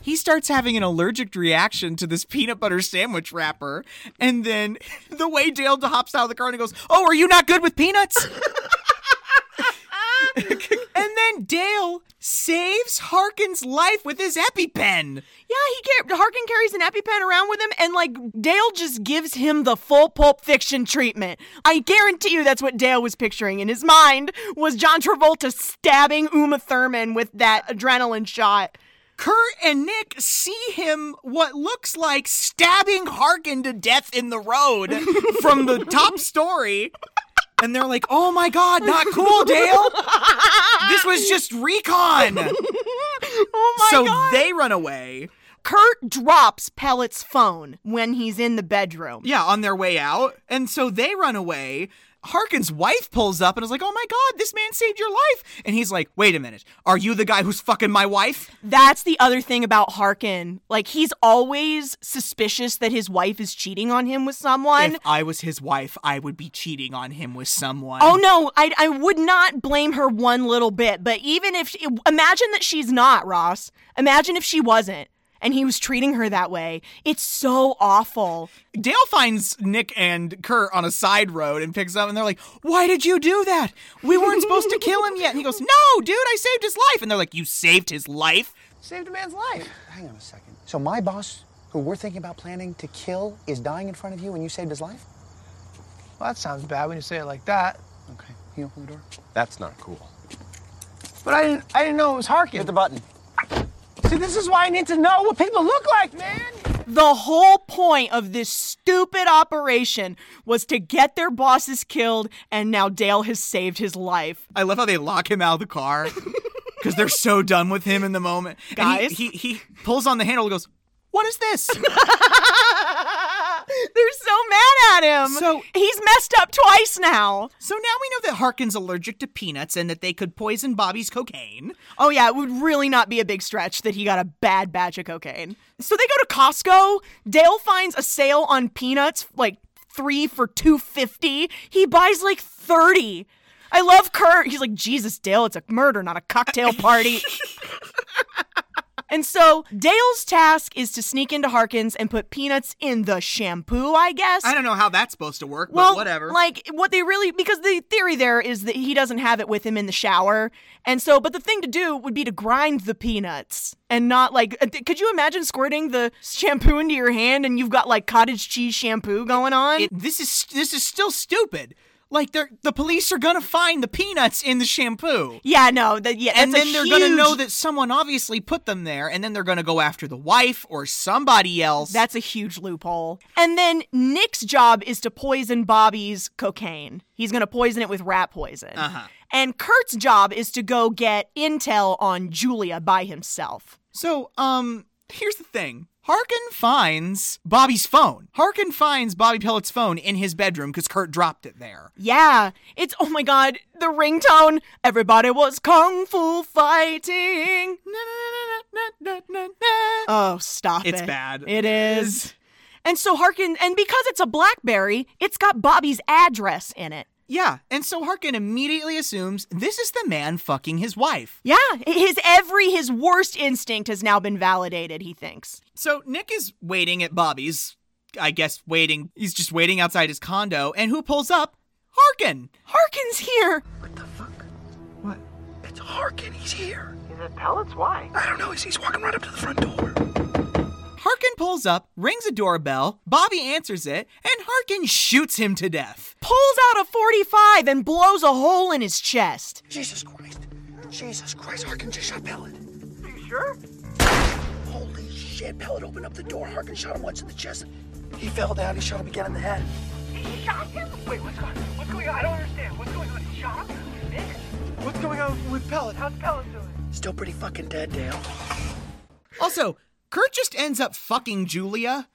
[SPEAKER 1] He starts having an allergic reaction to this peanut butter sandwich wrapper. And then the way Dale hops out of the car and he goes, Oh, are you not good with peanuts? and then Dale saves Harkin's life with his EpiPen.
[SPEAKER 2] Yeah, he car- Harkin carries an EpiPen around with him, and like Dale just gives him the full Pulp Fiction treatment. I guarantee you, that's what Dale was picturing in his mind was John Travolta stabbing Uma Thurman with that adrenaline shot.
[SPEAKER 1] Kurt and Nick see him what looks like stabbing Harkin to death in the road from the top story. And they're like, oh my god, not cool, Dale. This was just recon.
[SPEAKER 2] Oh my
[SPEAKER 1] so
[SPEAKER 2] god.
[SPEAKER 1] they run away.
[SPEAKER 2] Kurt drops Pellet's phone when he's in the bedroom.
[SPEAKER 1] Yeah, on their way out. And so they run away. Harkin's wife pulls up and is like, oh my god, this man saved your life. And he's like, wait a minute, are you the guy who's fucking my wife?
[SPEAKER 2] That's the other thing about Harkin. Like he's always suspicious that his wife is cheating on him with someone.
[SPEAKER 1] If I was his wife, I would be cheating on him with someone.
[SPEAKER 2] Oh no, I, I would not blame her one little bit. But even if, she, imagine that she's not, Ross. Imagine if she wasn't and he was treating her that way. It's so awful.
[SPEAKER 1] Dale finds Nick and Kurt on a side road and picks up, and they're like, "Why did you do that? We weren't supposed to kill him yet." And he goes, "No, dude, I saved his life." And they're like, "You saved his life?
[SPEAKER 18] Saved a man's life. Hang on a second. So my boss, who we're thinking about planning to kill, is dying in front of you, and you saved his life?
[SPEAKER 9] Well, that sounds bad when you say it like that.
[SPEAKER 18] Okay, you open the door.
[SPEAKER 25] That's not cool.
[SPEAKER 9] But I didn't. I didn't know it was Harkin.
[SPEAKER 18] Hit the button.
[SPEAKER 9] See, this is why I need to know what people look like, man.
[SPEAKER 2] The whole point of this stupid operation was to get their bosses killed, and now Dale has saved his life.
[SPEAKER 1] I love how they lock him out of the car because they're so done with him in the moment. And he- he, he pulls on the handle and goes, "What is this?"
[SPEAKER 2] They're so mad at him.
[SPEAKER 1] So-
[SPEAKER 2] he's messed up twice now.
[SPEAKER 1] So now we know that Harkin's allergic to peanuts and that they could poison Bobby's cocaine.
[SPEAKER 2] Oh yeah, it would really not be a big stretch that he got a bad batch of cocaine. So they go to Costco. Dale finds a sale on peanuts, like three for two fifty. He buys like thirty. I love Kurt. He's like, Jesus, Dale, it's a murder, not a cocktail party. And so Dale's task is to sneak into Harkins and put peanuts in the shampoo, I guess.
[SPEAKER 1] I don't know how that's supposed to work,
[SPEAKER 2] well,
[SPEAKER 1] but whatever.
[SPEAKER 2] Like what they really because the theory there is that he doesn't have it with him in the shower, and so but the thing to do would be to grind the peanuts and not like. uh, th- Could you imagine squirting the shampoo into your hand and you've got like cottage cheese shampoo going on?
[SPEAKER 1] It- this is this is still stupid. Like they're the police are gonna find the peanuts in the shampoo.
[SPEAKER 2] yeah, no, that yeah,
[SPEAKER 1] and
[SPEAKER 2] that's
[SPEAKER 1] then
[SPEAKER 2] a
[SPEAKER 1] they're gonna
[SPEAKER 2] huge-
[SPEAKER 1] know that someone obviously put them there, and then they're gonna go after the wife or somebody else.
[SPEAKER 2] That's a huge loophole. And then Nick's job is to poison Bobby's cocaine. He's going to poison it with rat poison.
[SPEAKER 1] Uh-huh.
[SPEAKER 2] And Kurt's job is to go get intel on Julia by himself.
[SPEAKER 1] So, um, here's the thing. Harkin finds Bobby's phone. Harkin finds Bobby Pellet's phone in his bedroom because Kurt dropped it there.
[SPEAKER 2] Yeah, it's oh my god, the ringtone. Everybody was kung fu fighting. Oh, stop
[SPEAKER 1] It's
[SPEAKER 2] it.
[SPEAKER 1] bad.
[SPEAKER 2] It is. And so Harkin, and because it's a Blackberry, it's got Bobby's address in it.
[SPEAKER 1] Yeah, and so Harkin immediately assumes this is the man fucking his wife.
[SPEAKER 2] Yeah, his every his worst instinct has now been validated, he thinks.
[SPEAKER 1] So Nick is waiting at Bobby's, I guess waiting. He's just waiting outside his condo, and who pulls up? Harkin.
[SPEAKER 2] Harkin's here.
[SPEAKER 11] It's Harkin. He's here.
[SPEAKER 9] Is it pellets? Why?
[SPEAKER 11] I don't know. He's, he's walking right up to the front door.
[SPEAKER 1] Harkin pulls up, rings a doorbell. Bobby answers it, and Harkin shoots him to death.
[SPEAKER 2] Pulls out a 45 and blows a hole in his chest.
[SPEAKER 11] Jesus Christ. Jesus Christ. Harkin just shot Pellet.
[SPEAKER 9] Are you sure?
[SPEAKER 11] Holy shit. Pellet opened up the door. Harkin shot him once in the chest. He fell down. He shot him again in the head.
[SPEAKER 9] He shot him? Wait, what's going on? What's going on? I don't understand. What's going on? He shot him? Nick? What's going on with Pellet? How's Pellet doing?
[SPEAKER 11] Still pretty fucking dead, Dale.
[SPEAKER 1] Also, Kurt just ends up fucking Julia.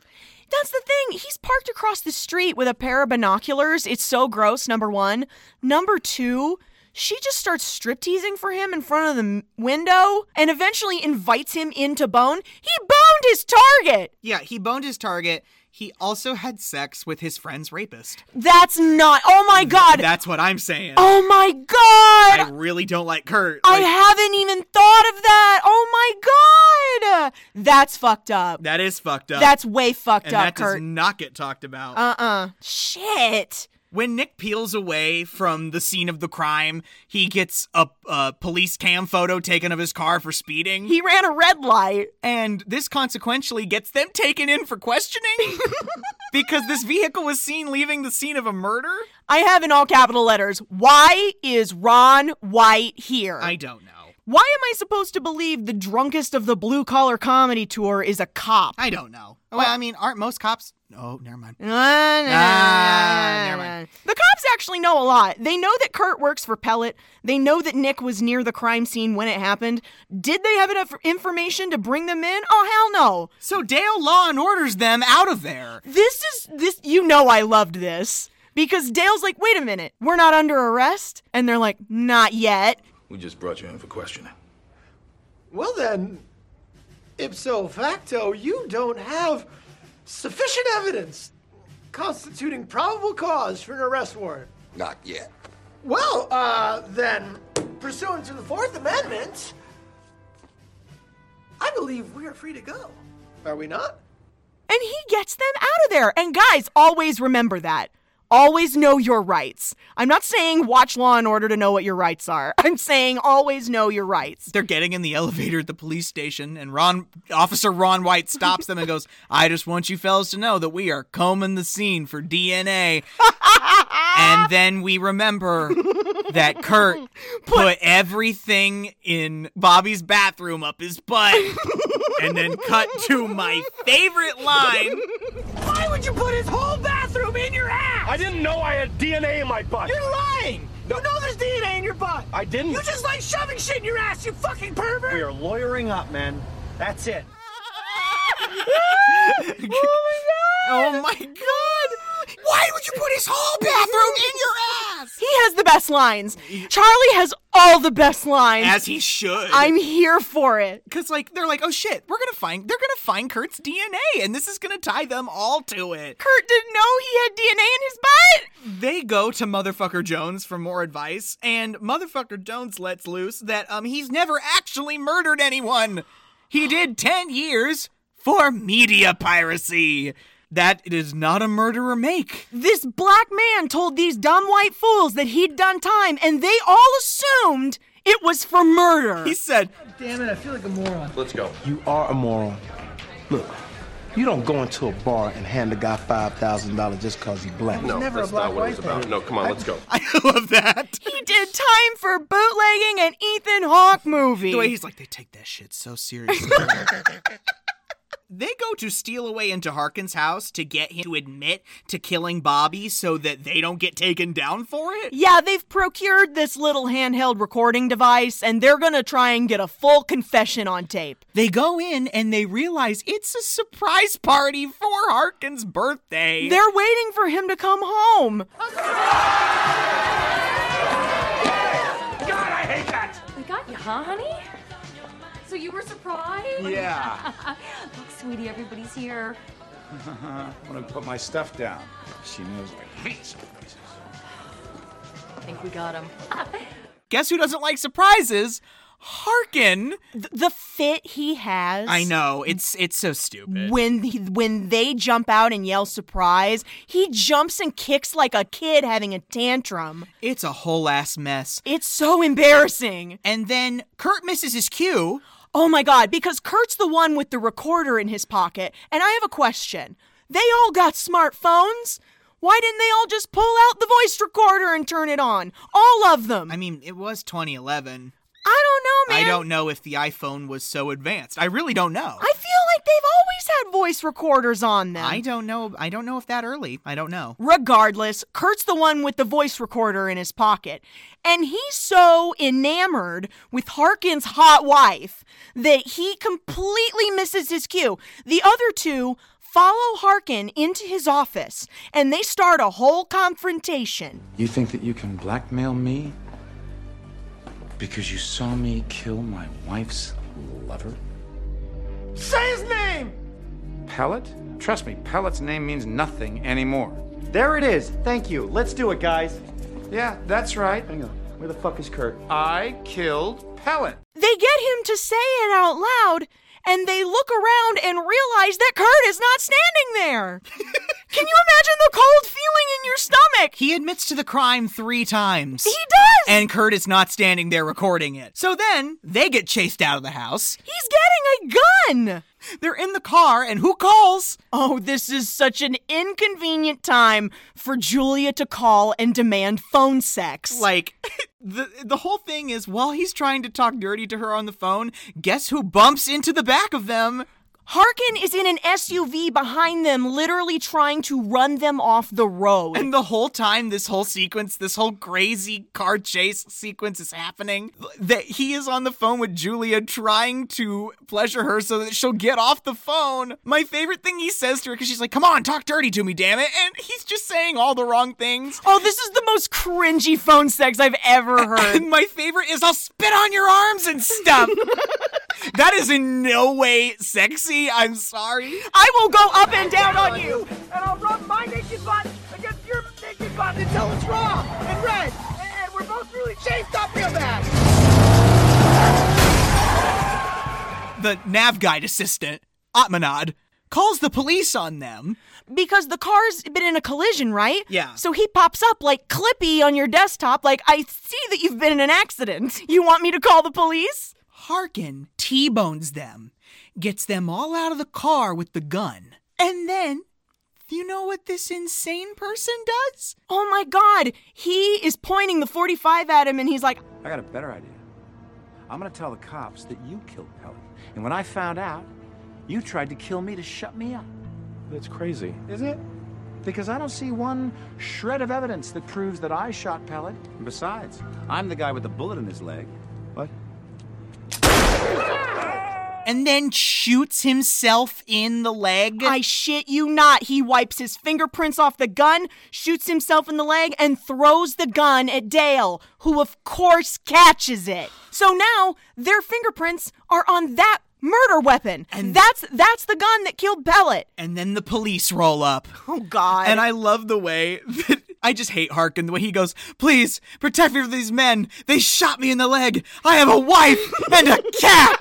[SPEAKER 2] That's the thing. He's parked across the street with a pair of binoculars. It's so gross, number one. Number two, she just starts strip teasing for him in front of the m- window and eventually invites him into bone. He boned his target.
[SPEAKER 1] Yeah, he boned his target. He also had sex with his friend's rapist.
[SPEAKER 2] That's not. Oh my god.
[SPEAKER 1] That's what I'm saying.
[SPEAKER 2] Oh my god.
[SPEAKER 1] I really don't like Kurt.
[SPEAKER 2] I
[SPEAKER 1] Like,
[SPEAKER 2] haven't even thought of that. Oh my god. That's fucked up.
[SPEAKER 1] that is fucked up.
[SPEAKER 2] That's way fucked
[SPEAKER 1] and
[SPEAKER 2] up,
[SPEAKER 1] that
[SPEAKER 2] Kurt.
[SPEAKER 1] does not get talked about.
[SPEAKER 2] uh-uh. Shit.
[SPEAKER 1] When Nick peels away from the scene of the crime, he gets a, a police cam photo taken of his car for speeding.
[SPEAKER 2] He ran a red light.
[SPEAKER 1] And this consequentially gets them taken in for questioning because this vehicle was seen leaving the scene of a murder.
[SPEAKER 2] I have in all capital letters, why is Ron White here? I
[SPEAKER 1] don't know.
[SPEAKER 2] Why am I supposed to believe the drunkest of the blue collar comedy tour is a cop?
[SPEAKER 1] I don't know. Well, I mean, aren't most cops? Oh, never mind.
[SPEAKER 2] Ah, never mind. The cops actually know a lot. They know that Kurt works for Pellet. They know that Nick was near the crime scene when it happened. Did they have enough information to bring them in? Oh hell no.
[SPEAKER 1] So Dale Law and orders them out of there.
[SPEAKER 2] This is this you know I loved this. Because Dale's like, wait a minute, we're not under arrest? And they're like, not yet.
[SPEAKER 15] We just brought you in for questioning.
[SPEAKER 9] Well, then, ipso facto, you don't have sufficient evidence constituting probable cause for an arrest warrant.
[SPEAKER 15] Not yet.
[SPEAKER 9] Well, uh, then, pursuant to the Fourth Amendment, I believe we are free to go. Are we not?
[SPEAKER 2] And he gets them out of there. And guys, always remember that. Always know your rights. I'm not saying watch Law and Order to know what your rights are. I'm saying always know your rights.
[SPEAKER 1] They're getting in the elevator at the police station, and Ron, Officer Ron White, stops them and goes, "I just want you fellas to know that we are combing the scene for DNA." and then we remember that Kurt put everything in Bobby's bathroom up his butt, and then cut to my favorite line.
[SPEAKER 9] Why would you put his whole bathroom in your ass?
[SPEAKER 25] I didn't know I had DNA in my butt.
[SPEAKER 9] You're lying! You know there's DNA in your butt!
[SPEAKER 25] I didn't.
[SPEAKER 9] You just like shoving shit in your ass, you fucking pervert!
[SPEAKER 25] We are lawyering up, man. That's it.
[SPEAKER 1] Oh my god! Why would you put his whole bathroom in your ass?
[SPEAKER 2] He has the best lines. Charlie has all the best lines.
[SPEAKER 1] As he should.
[SPEAKER 2] I'm here for it.
[SPEAKER 1] Cause like they're like, oh shit, we're gonna find they're gonna find Kurt's DNA, and this is gonna tie them all to it.
[SPEAKER 2] Kurt didn't know he had DNA in his butt.
[SPEAKER 1] They go to Motherfucker Jones for more advice, and Motherfucker Jones lets loose that um he's never actually murdered anyone. He did ten years for media piracy. That it is not a murderer make.
[SPEAKER 2] This black man told these dumb white fools that he'd done time, and they all assumed it was for murder.
[SPEAKER 1] He said,
[SPEAKER 9] Damn it, I feel like a moron.
[SPEAKER 25] Let's go.
[SPEAKER 26] You are a moron. Look, you don't go into a bar and hand a guy five thousand dollars just cause he black.
[SPEAKER 25] No, that's not what it was about. No, come on, let's go.
[SPEAKER 2] He did time for bootlegging an Ethan Hawke movie.
[SPEAKER 1] The way he's like, they take that shit so seriously. they go to Stealaway into Harkin's house to get him to admit to killing Bobby so that they don't get taken down for it.
[SPEAKER 2] yeah, they've procured this little handheld recording device, and they're gonna try and get a full confession on tape.
[SPEAKER 1] They go in and they realize it's a surprise party for Harkin's birthday.
[SPEAKER 2] They're waiting for him to come home.
[SPEAKER 25] God, I hate that.
[SPEAKER 5] We got you, huh, honey? So you were surprised?
[SPEAKER 25] Yeah.
[SPEAKER 5] Look, sweetie, everybody's here.
[SPEAKER 14] I'm gonna put my stuff down. She knows I hate surprises.
[SPEAKER 5] I think we got him.
[SPEAKER 7] Ah,
[SPEAKER 1] Guess who doesn't like surprises? Harkin.
[SPEAKER 2] the fit he has.
[SPEAKER 1] I know it's it's so stupid.
[SPEAKER 2] When he, when they jump out and yell surprise, he jumps and kicks like a kid having a tantrum.
[SPEAKER 1] It's a whole ass mess.
[SPEAKER 2] It's so embarrassing.
[SPEAKER 1] And then Kurt misses his cue.
[SPEAKER 2] Oh my god, because Kurt's the one with the recorder in his pocket. And I have a question. They all got smartphones? Why didn't they all just pull out the voice recorder and turn it on? All of them.
[SPEAKER 1] I mean, it was 2011.
[SPEAKER 2] I don't know, man.
[SPEAKER 1] I don't know if the iPhone was so advanced. I really don't know.
[SPEAKER 2] I feel like they've always had voice recorders on them.
[SPEAKER 1] I don't know. I don't know if that early. I don't know.
[SPEAKER 2] Regardless, Kurt's the one with the voice recorder in his pocket. And he's so enamored with Harkin's hot wife that he completely misses his cue. The other two follow Harkin into his office and they start a whole confrontation.
[SPEAKER 14] You think that you can blackmail me? Because you saw me kill my wife's lover?
[SPEAKER 9] Say his name!
[SPEAKER 3] Pellet? Trust me, Pellet's name means nothing anymore.
[SPEAKER 12] There it is. Thank you. Let's do it, guys.
[SPEAKER 3] Yeah, that's right.
[SPEAKER 12] Hang on. Where the fuck is Kurt?
[SPEAKER 3] I killed Pellet.
[SPEAKER 2] They get him to say it out loud, and they look around and realize that Kurt is not standing there. Can you imagine the cold feeling in your stomach?
[SPEAKER 1] He admits to the crime three times.
[SPEAKER 2] He does!
[SPEAKER 1] And Kurt is not standing there recording it. So then they get chased out of the house.
[SPEAKER 2] He's getting a gun!
[SPEAKER 1] They're in the car, and who calls?
[SPEAKER 2] Oh, this is such an inconvenient time for Julia to call and demand phone sex.
[SPEAKER 1] Like, the, the whole thing is while he's trying to talk dirty to her on the phone, guess who bumps into the back of them?
[SPEAKER 2] Harkin is in an SUV behind them, literally trying to run them off the road.
[SPEAKER 1] And the whole time, this whole sequence, this whole crazy car chase sequence is happening, that he is on the phone with Julia trying to pleasure her so that she'll get off the phone. My favorite thing he says to her, because she's like, Come on, talk dirty to me, damn it. And he's just saying all the wrong things.
[SPEAKER 2] Oh, this is the most cringy phone sex I've ever heard.
[SPEAKER 1] And my favorite is, I'll spit on your arms and stuff. that is in no way sexy. I'm sorry.
[SPEAKER 2] I will go up and down on you,
[SPEAKER 9] and I'll rub my naked body against your naked body until it's raw and red, and we're both really chased up real bad.
[SPEAKER 1] The nav guide assistant, Atmanad, calls the police on them
[SPEAKER 2] because the car's been in a collision, right?
[SPEAKER 1] Yeah.
[SPEAKER 2] So he pops up like Clippy on your desktop, like I see that you've been in an accident. You want me to call the police?
[SPEAKER 1] Harkin T-bones them gets them all out of the car with the gun. And then, you know what this insane person does?
[SPEAKER 2] Oh my god, he is pointing the 45 at him and he's like,
[SPEAKER 3] I got a better idea. I'm gonna tell the cops that you killed Pellet. And when I found out, you tried to kill me to shut me up.
[SPEAKER 25] That's crazy.
[SPEAKER 3] Is it? Because I don't see one shred of evidence that proves that I shot Pellet. And besides, I'm the guy with the bullet in his leg. What?
[SPEAKER 1] and then shoots himself in the leg.
[SPEAKER 2] I shit you not. He wipes his fingerprints off the gun, shoots himself in the leg, and throws the gun at Dale, who of course catches it. So now their fingerprints are on that murder weapon. And that's that's the gun that killed Pellet.
[SPEAKER 1] And then the police roll up.
[SPEAKER 2] Oh god.
[SPEAKER 1] And I love the way that I just hate Harkin the way he goes, please protect me from these men. They shot me in the leg. I have a wife and a cat.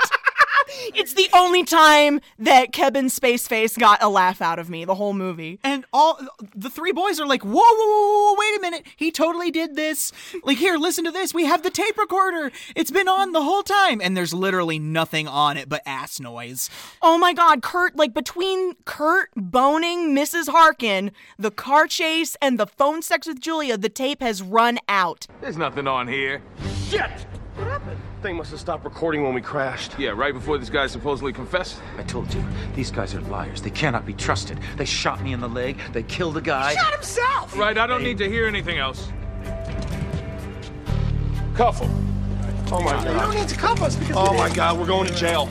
[SPEAKER 2] it's the only time that Kevin Spaceface got a laugh out of me the whole movie.
[SPEAKER 1] And all the three boys are like, whoa, whoa, whoa, whoa, wait a minute. He totally did this. Like, here, listen to this. We have the tape recorder. It's been on the whole time. And there's literally nothing on it but ass noise.
[SPEAKER 2] Oh my God, Kurt, like between Kurt boning Mrs. Harkin, the car chase, and the phone sex with Julia, the tape has run out.
[SPEAKER 25] There's nothing on here.
[SPEAKER 11] Shit! What happened? Thing must have stopped recording when we crashed.
[SPEAKER 25] Yeah, right before this guy supposedly confessed.
[SPEAKER 3] I told you, these guys are liars. They cannot be trusted. They shot me in the leg. They killed a guy.
[SPEAKER 9] He shot himself!
[SPEAKER 25] Right, I don't need to hear anything else. Cuff him.
[SPEAKER 11] Oh my god.
[SPEAKER 9] You don't need to cuff us because.
[SPEAKER 11] Oh my god, we're going to jail.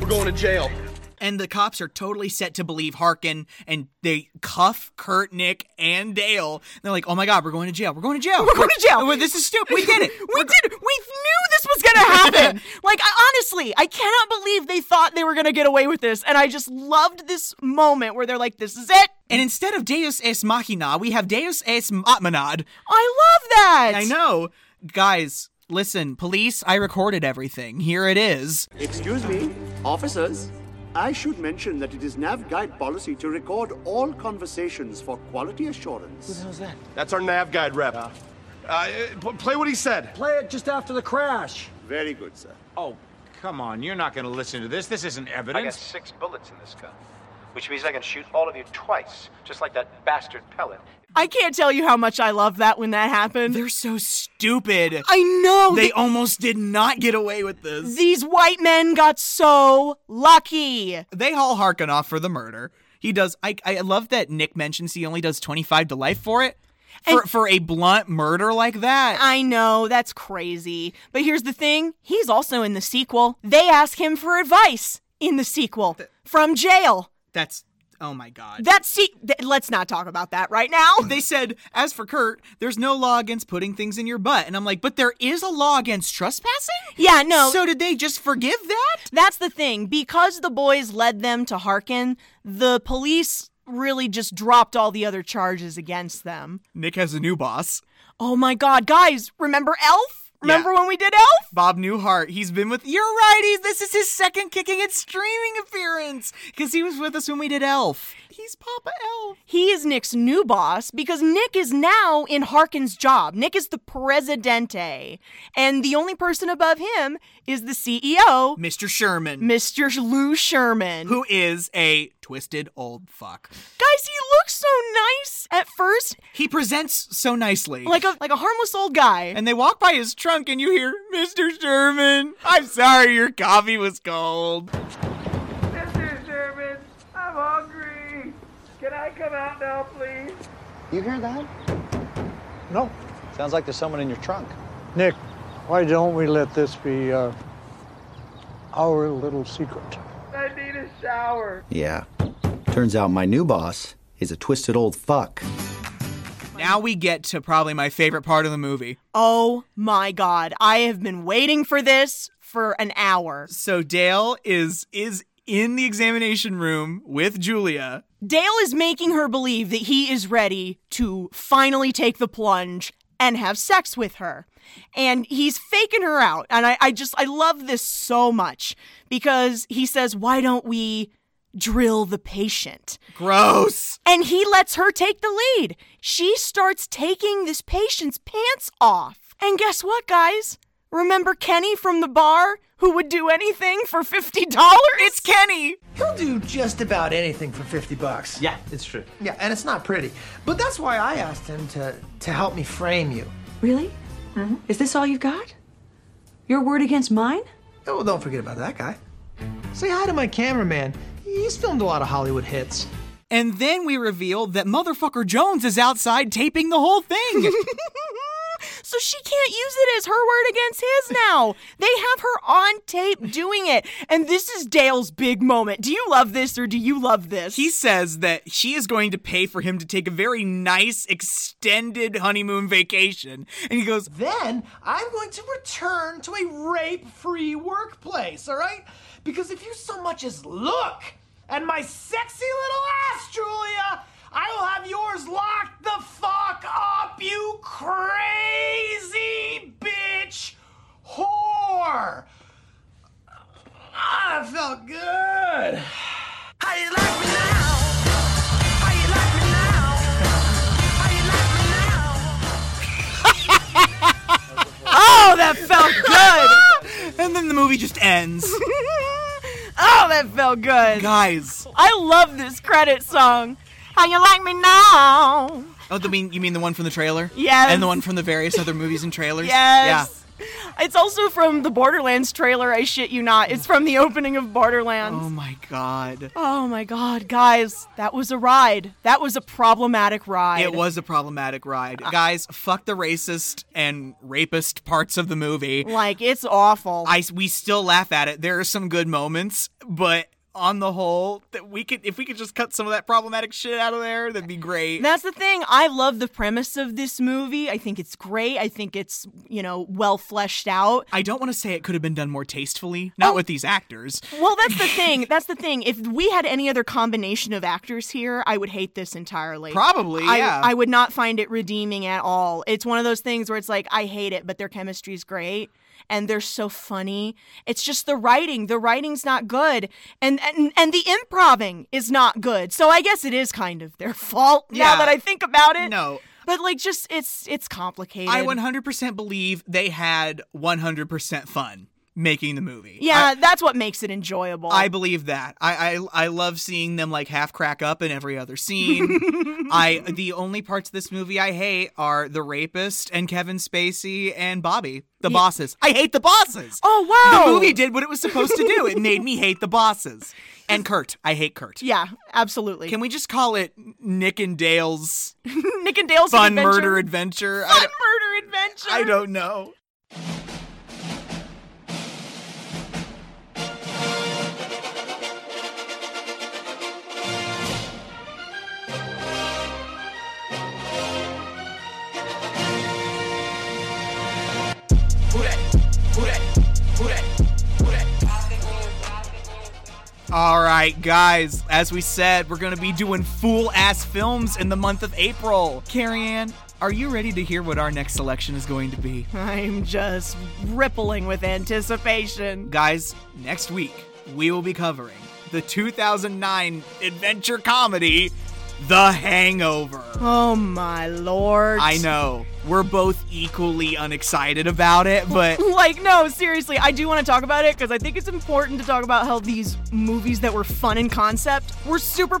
[SPEAKER 11] We're going to jail.
[SPEAKER 1] And the cops are totally set to believe Harkin, and they cuff Kurt, Nick, and Dale. And they're like, "Oh my God, we're going to jail! We're going to jail!
[SPEAKER 2] We're going to jail!
[SPEAKER 1] We're, this is stupid! We did it!
[SPEAKER 2] we did! We knew this was gonna happen! like, I, honestly, I cannot believe they thought they were gonna get away with this, and I just loved this moment where they're like, "This is it!
[SPEAKER 1] And instead of Deus ex machina, we have Deus ex atmanad.
[SPEAKER 2] I love that.
[SPEAKER 1] I know, guys. Listen, police, I recorded everything. Here it is.
[SPEAKER 13] Excuse me, officers. I should mention that it is nav guide policy to record all conversations for quality assurance.
[SPEAKER 11] Who the hell's that?
[SPEAKER 25] That's our nav guide rep. Uh, uh, p- play what he said.
[SPEAKER 11] Play it just after the crash.
[SPEAKER 13] Very good, sir.
[SPEAKER 3] Oh, come on. You're not going to listen to this. This isn't evidence. I
[SPEAKER 25] got six bullets in this gun, which means I can shoot all of you twice, just like that bastard pellet.
[SPEAKER 2] I can't tell you how much I love that when that happened.
[SPEAKER 1] They're so stupid.
[SPEAKER 2] I know.
[SPEAKER 1] They, they almost did not get away with this.
[SPEAKER 2] These white men got so lucky.
[SPEAKER 1] They haul Harkin off for the murder. He does. I, I love that Nick mentions he only does 25 to life for it. For,
[SPEAKER 2] And-
[SPEAKER 1] for a blunt murder like that.
[SPEAKER 2] I know, that's crazy. But here's the thing he's also in the sequel. They ask him for advice in the sequel from jail.
[SPEAKER 1] That's Oh my god.
[SPEAKER 2] That see, th- let's not talk about that right now.
[SPEAKER 1] They said, as for Kurt, there's no law against putting things in your butt. And I'm like, but there is a law against trespassing?
[SPEAKER 2] Yeah, no.
[SPEAKER 1] So did they just forgive that?
[SPEAKER 2] That's the thing. Because the boys led them to Harkin, the police really just dropped all the other charges against them.
[SPEAKER 1] Nick has a new boss.
[SPEAKER 2] Oh my god, guys, remember Elf? Remember when we did Elf?
[SPEAKER 1] Bob Newhart, he's been with. You're right, he's, this is his second kicking and streaming appearance because he was with us when we did Elf. He's Papa Elf.
[SPEAKER 2] He is Nick's new boss because Nick is now in Harkin's job. Nick is the presidente, and the only person above him is the CEO,
[SPEAKER 1] Mr. Sherman,
[SPEAKER 2] Mr. Lou Sherman,
[SPEAKER 1] who is a twisted old fuck.
[SPEAKER 2] Guys, he looks so nice at first.
[SPEAKER 1] He presents so nicely.
[SPEAKER 2] Like a like a harmless old guy.
[SPEAKER 1] And they walk by his trunk and you hear, "Mr. Sherman, I'm sorry your coffee was cold."
[SPEAKER 6] Mr. Sherman, I'm hungry. Can I come out now, please?
[SPEAKER 18] You hear that?
[SPEAKER 17] No.
[SPEAKER 3] Sounds like there's someone in your trunk.
[SPEAKER 17] Nick, why don't we let this be uh, our little secret?
[SPEAKER 6] I need a shower.
[SPEAKER 19] Yeah. Turns out my new boss is a twisted old fuck.
[SPEAKER 1] Now we get to probably my favorite part of the movie.
[SPEAKER 2] Oh my god, I have been waiting for this for an hour.
[SPEAKER 1] So Dale is is in the examination room with Julia.
[SPEAKER 2] Dale is making her believe that he is ready to finally take the plunge and have sex with her. And he's faking her out. And I, I just, I love this so much because he says, Why don't we drill the patient?
[SPEAKER 1] Gross.
[SPEAKER 2] And he lets her take the lead. She starts taking this patient's pants off. And guess what, guys? Remember Kenny from the bar who would do anything for $50?
[SPEAKER 1] It's Kenny!
[SPEAKER 9] He'll do just about anything for 50 bucks.
[SPEAKER 23] Yeah, it's true.
[SPEAKER 9] Yeah, and it's not pretty. But that's why I asked him to, to help me frame you.
[SPEAKER 7] Really? Mm-hmm. Is this all you've got? Your word against mine?
[SPEAKER 9] Oh, don't forget about that guy. Say hi to my cameraman. He's filmed a lot of Hollywood hits.
[SPEAKER 1] And then we reveal that motherfucker Jones is outside taping the whole thing.
[SPEAKER 2] So she can't use it as her word against his now. They have her on tape doing it. And this is Dale's big moment. Do you love this or do you love this?
[SPEAKER 1] He says that she is going to pay for him to take a very nice extended honeymoon vacation. And he goes,
[SPEAKER 9] Then I'm going to return to a rape free workplace, all right? Because if you so much as look at my sexy little ass, Julia, I will have yours locked the fuck up, you crazy bitch whore. Ah, that felt good. How you like me now? How you like me now? How you like me now?
[SPEAKER 2] oh, that felt
[SPEAKER 1] good. and then the movie just ends.
[SPEAKER 2] Oh, that felt good.
[SPEAKER 1] Guys.
[SPEAKER 2] I love this credit song. How you like me now?
[SPEAKER 1] Oh, the mean you mean the one from the trailer?
[SPEAKER 2] Yes.
[SPEAKER 1] And the one from the various other movies and trailers?
[SPEAKER 2] Yes. Yeah. It's also from the Borderlands trailer, I shit you not. It's from the opening of Borderlands.
[SPEAKER 1] Oh my god.
[SPEAKER 2] Oh my god, guys, that was a ride. That was a problematic ride.
[SPEAKER 1] It was a problematic ride. Uh, guys, fuck the racist and rapist parts of the movie.
[SPEAKER 2] Like it's awful.
[SPEAKER 1] I we still laugh at it. There are some good moments, but on the whole that we could if we could just cut some of that problematic shit out of there that'd be great
[SPEAKER 2] that's the thing i love the premise of this movie i think it's great i think it's you know well fleshed out
[SPEAKER 1] i don't want to say it could have been done more tastefully not oh. with these actors
[SPEAKER 2] well that's the thing that's the thing if we had any other combination of actors here i would hate this entirely
[SPEAKER 1] probably
[SPEAKER 2] I,
[SPEAKER 1] yeah.
[SPEAKER 2] I would not find it redeeming at all it's one of those things where it's like i hate it but their chemistry's great and they're so funny. It's just the writing. The writing's not good, and and, and the improving is not good. So I guess it is kind of their fault yeah. now that I think about it.
[SPEAKER 1] No.
[SPEAKER 2] But like, just it's it's complicated.
[SPEAKER 1] I 100% believe they had 100% fun making the movie.
[SPEAKER 2] Yeah, I, that's what makes it enjoyable.
[SPEAKER 1] I believe that. I, I I love seeing them like half crack up in every other scene. I the only parts of this movie I hate are the rapist and Kevin Spacey and Bobby, the yeah. bosses. I hate the bosses.
[SPEAKER 2] Oh wow.
[SPEAKER 1] The movie did what it was supposed to do. It made me hate the bosses. And Kurt. I hate Kurt.
[SPEAKER 2] Yeah, absolutely.
[SPEAKER 1] Can we just call it Nick and Dale's
[SPEAKER 2] Nick and Dale's
[SPEAKER 1] Fun
[SPEAKER 2] adventure.
[SPEAKER 1] Murder Adventure?
[SPEAKER 2] Fun Murder Adventure.
[SPEAKER 1] I don't know. All right, guys, as we said, we're going to be doing fool ass films in the month of April. Carrie Ann, are you ready to hear what our next selection is going to be?
[SPEAKER 2] I'm just rippling with anticipation.
[SPEAKER 1] Guys, next week, we will be covering the 2009 adventure comedy, The Hangover.
[SPEAKER 2] Oh my lord.
[SPEAKER 1] I know, we're both equally unexcited about it, but.
[SPEAKER 2] like, no, seriously, I do want to talk about it because I think it's important to talk about how these movies that were fun in concept were super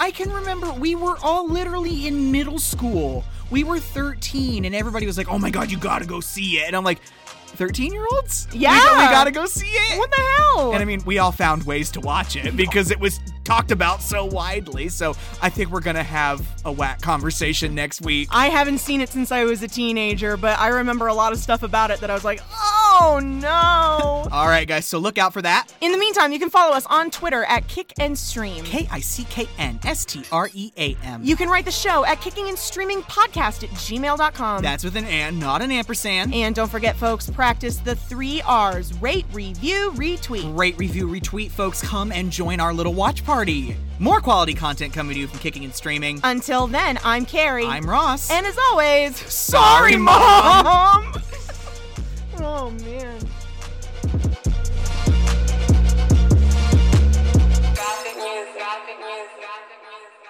[SPEAKER 1] I can remember we were all literally in middle school. We were 13, and everybody was like, oh my god, you gotta go see it. And I'm like, 13 year olds?
[SPEAKER 2] Yeah.
[SPEAKER 1] We, we gotta go see it.
[SPEAKER 2] What the hell?
[SPEAKER 1] And I mean, we all found ways to watch it because it was talked about so widely. So I think we're gonna have a whack conversation next week.
[SPEAKER 2] I haven't seen it since I was a teenager, but I remember a lot of stuff about it that I was like, oh no.
[SPEAKER 1] All right, guys, so look out for that.
[SPEAKER 2] In the meantime, you can follow us on Twitter at Kick and Stream.
[SPEAKER 1] K I C K N S T R E A M.
[SPEAKER 2] You can write the show at kicking and streaming podcast at gmail.com.
[SPEAKER 1] That's with an and, not an ampersand.
[SPEAKER 2] And don't forget, folks, practice the three R's rate, review, retweet.
[SPEAKER 1] Rate, review, retweet, folks. Come and join our little watch party. More quality content coming to you from Kicking and Streaming.
[SPEAKER 2] Until then, I'm Carrie.
[SPEAKER 1] I'm Ross.
[SPEAKER 2] And as always,
[SPEAKER 1] sorry, Mom!
[SPEAKER 2] oh, man.
[SPEAKER 5] Gossip news, gossip news, gossip news.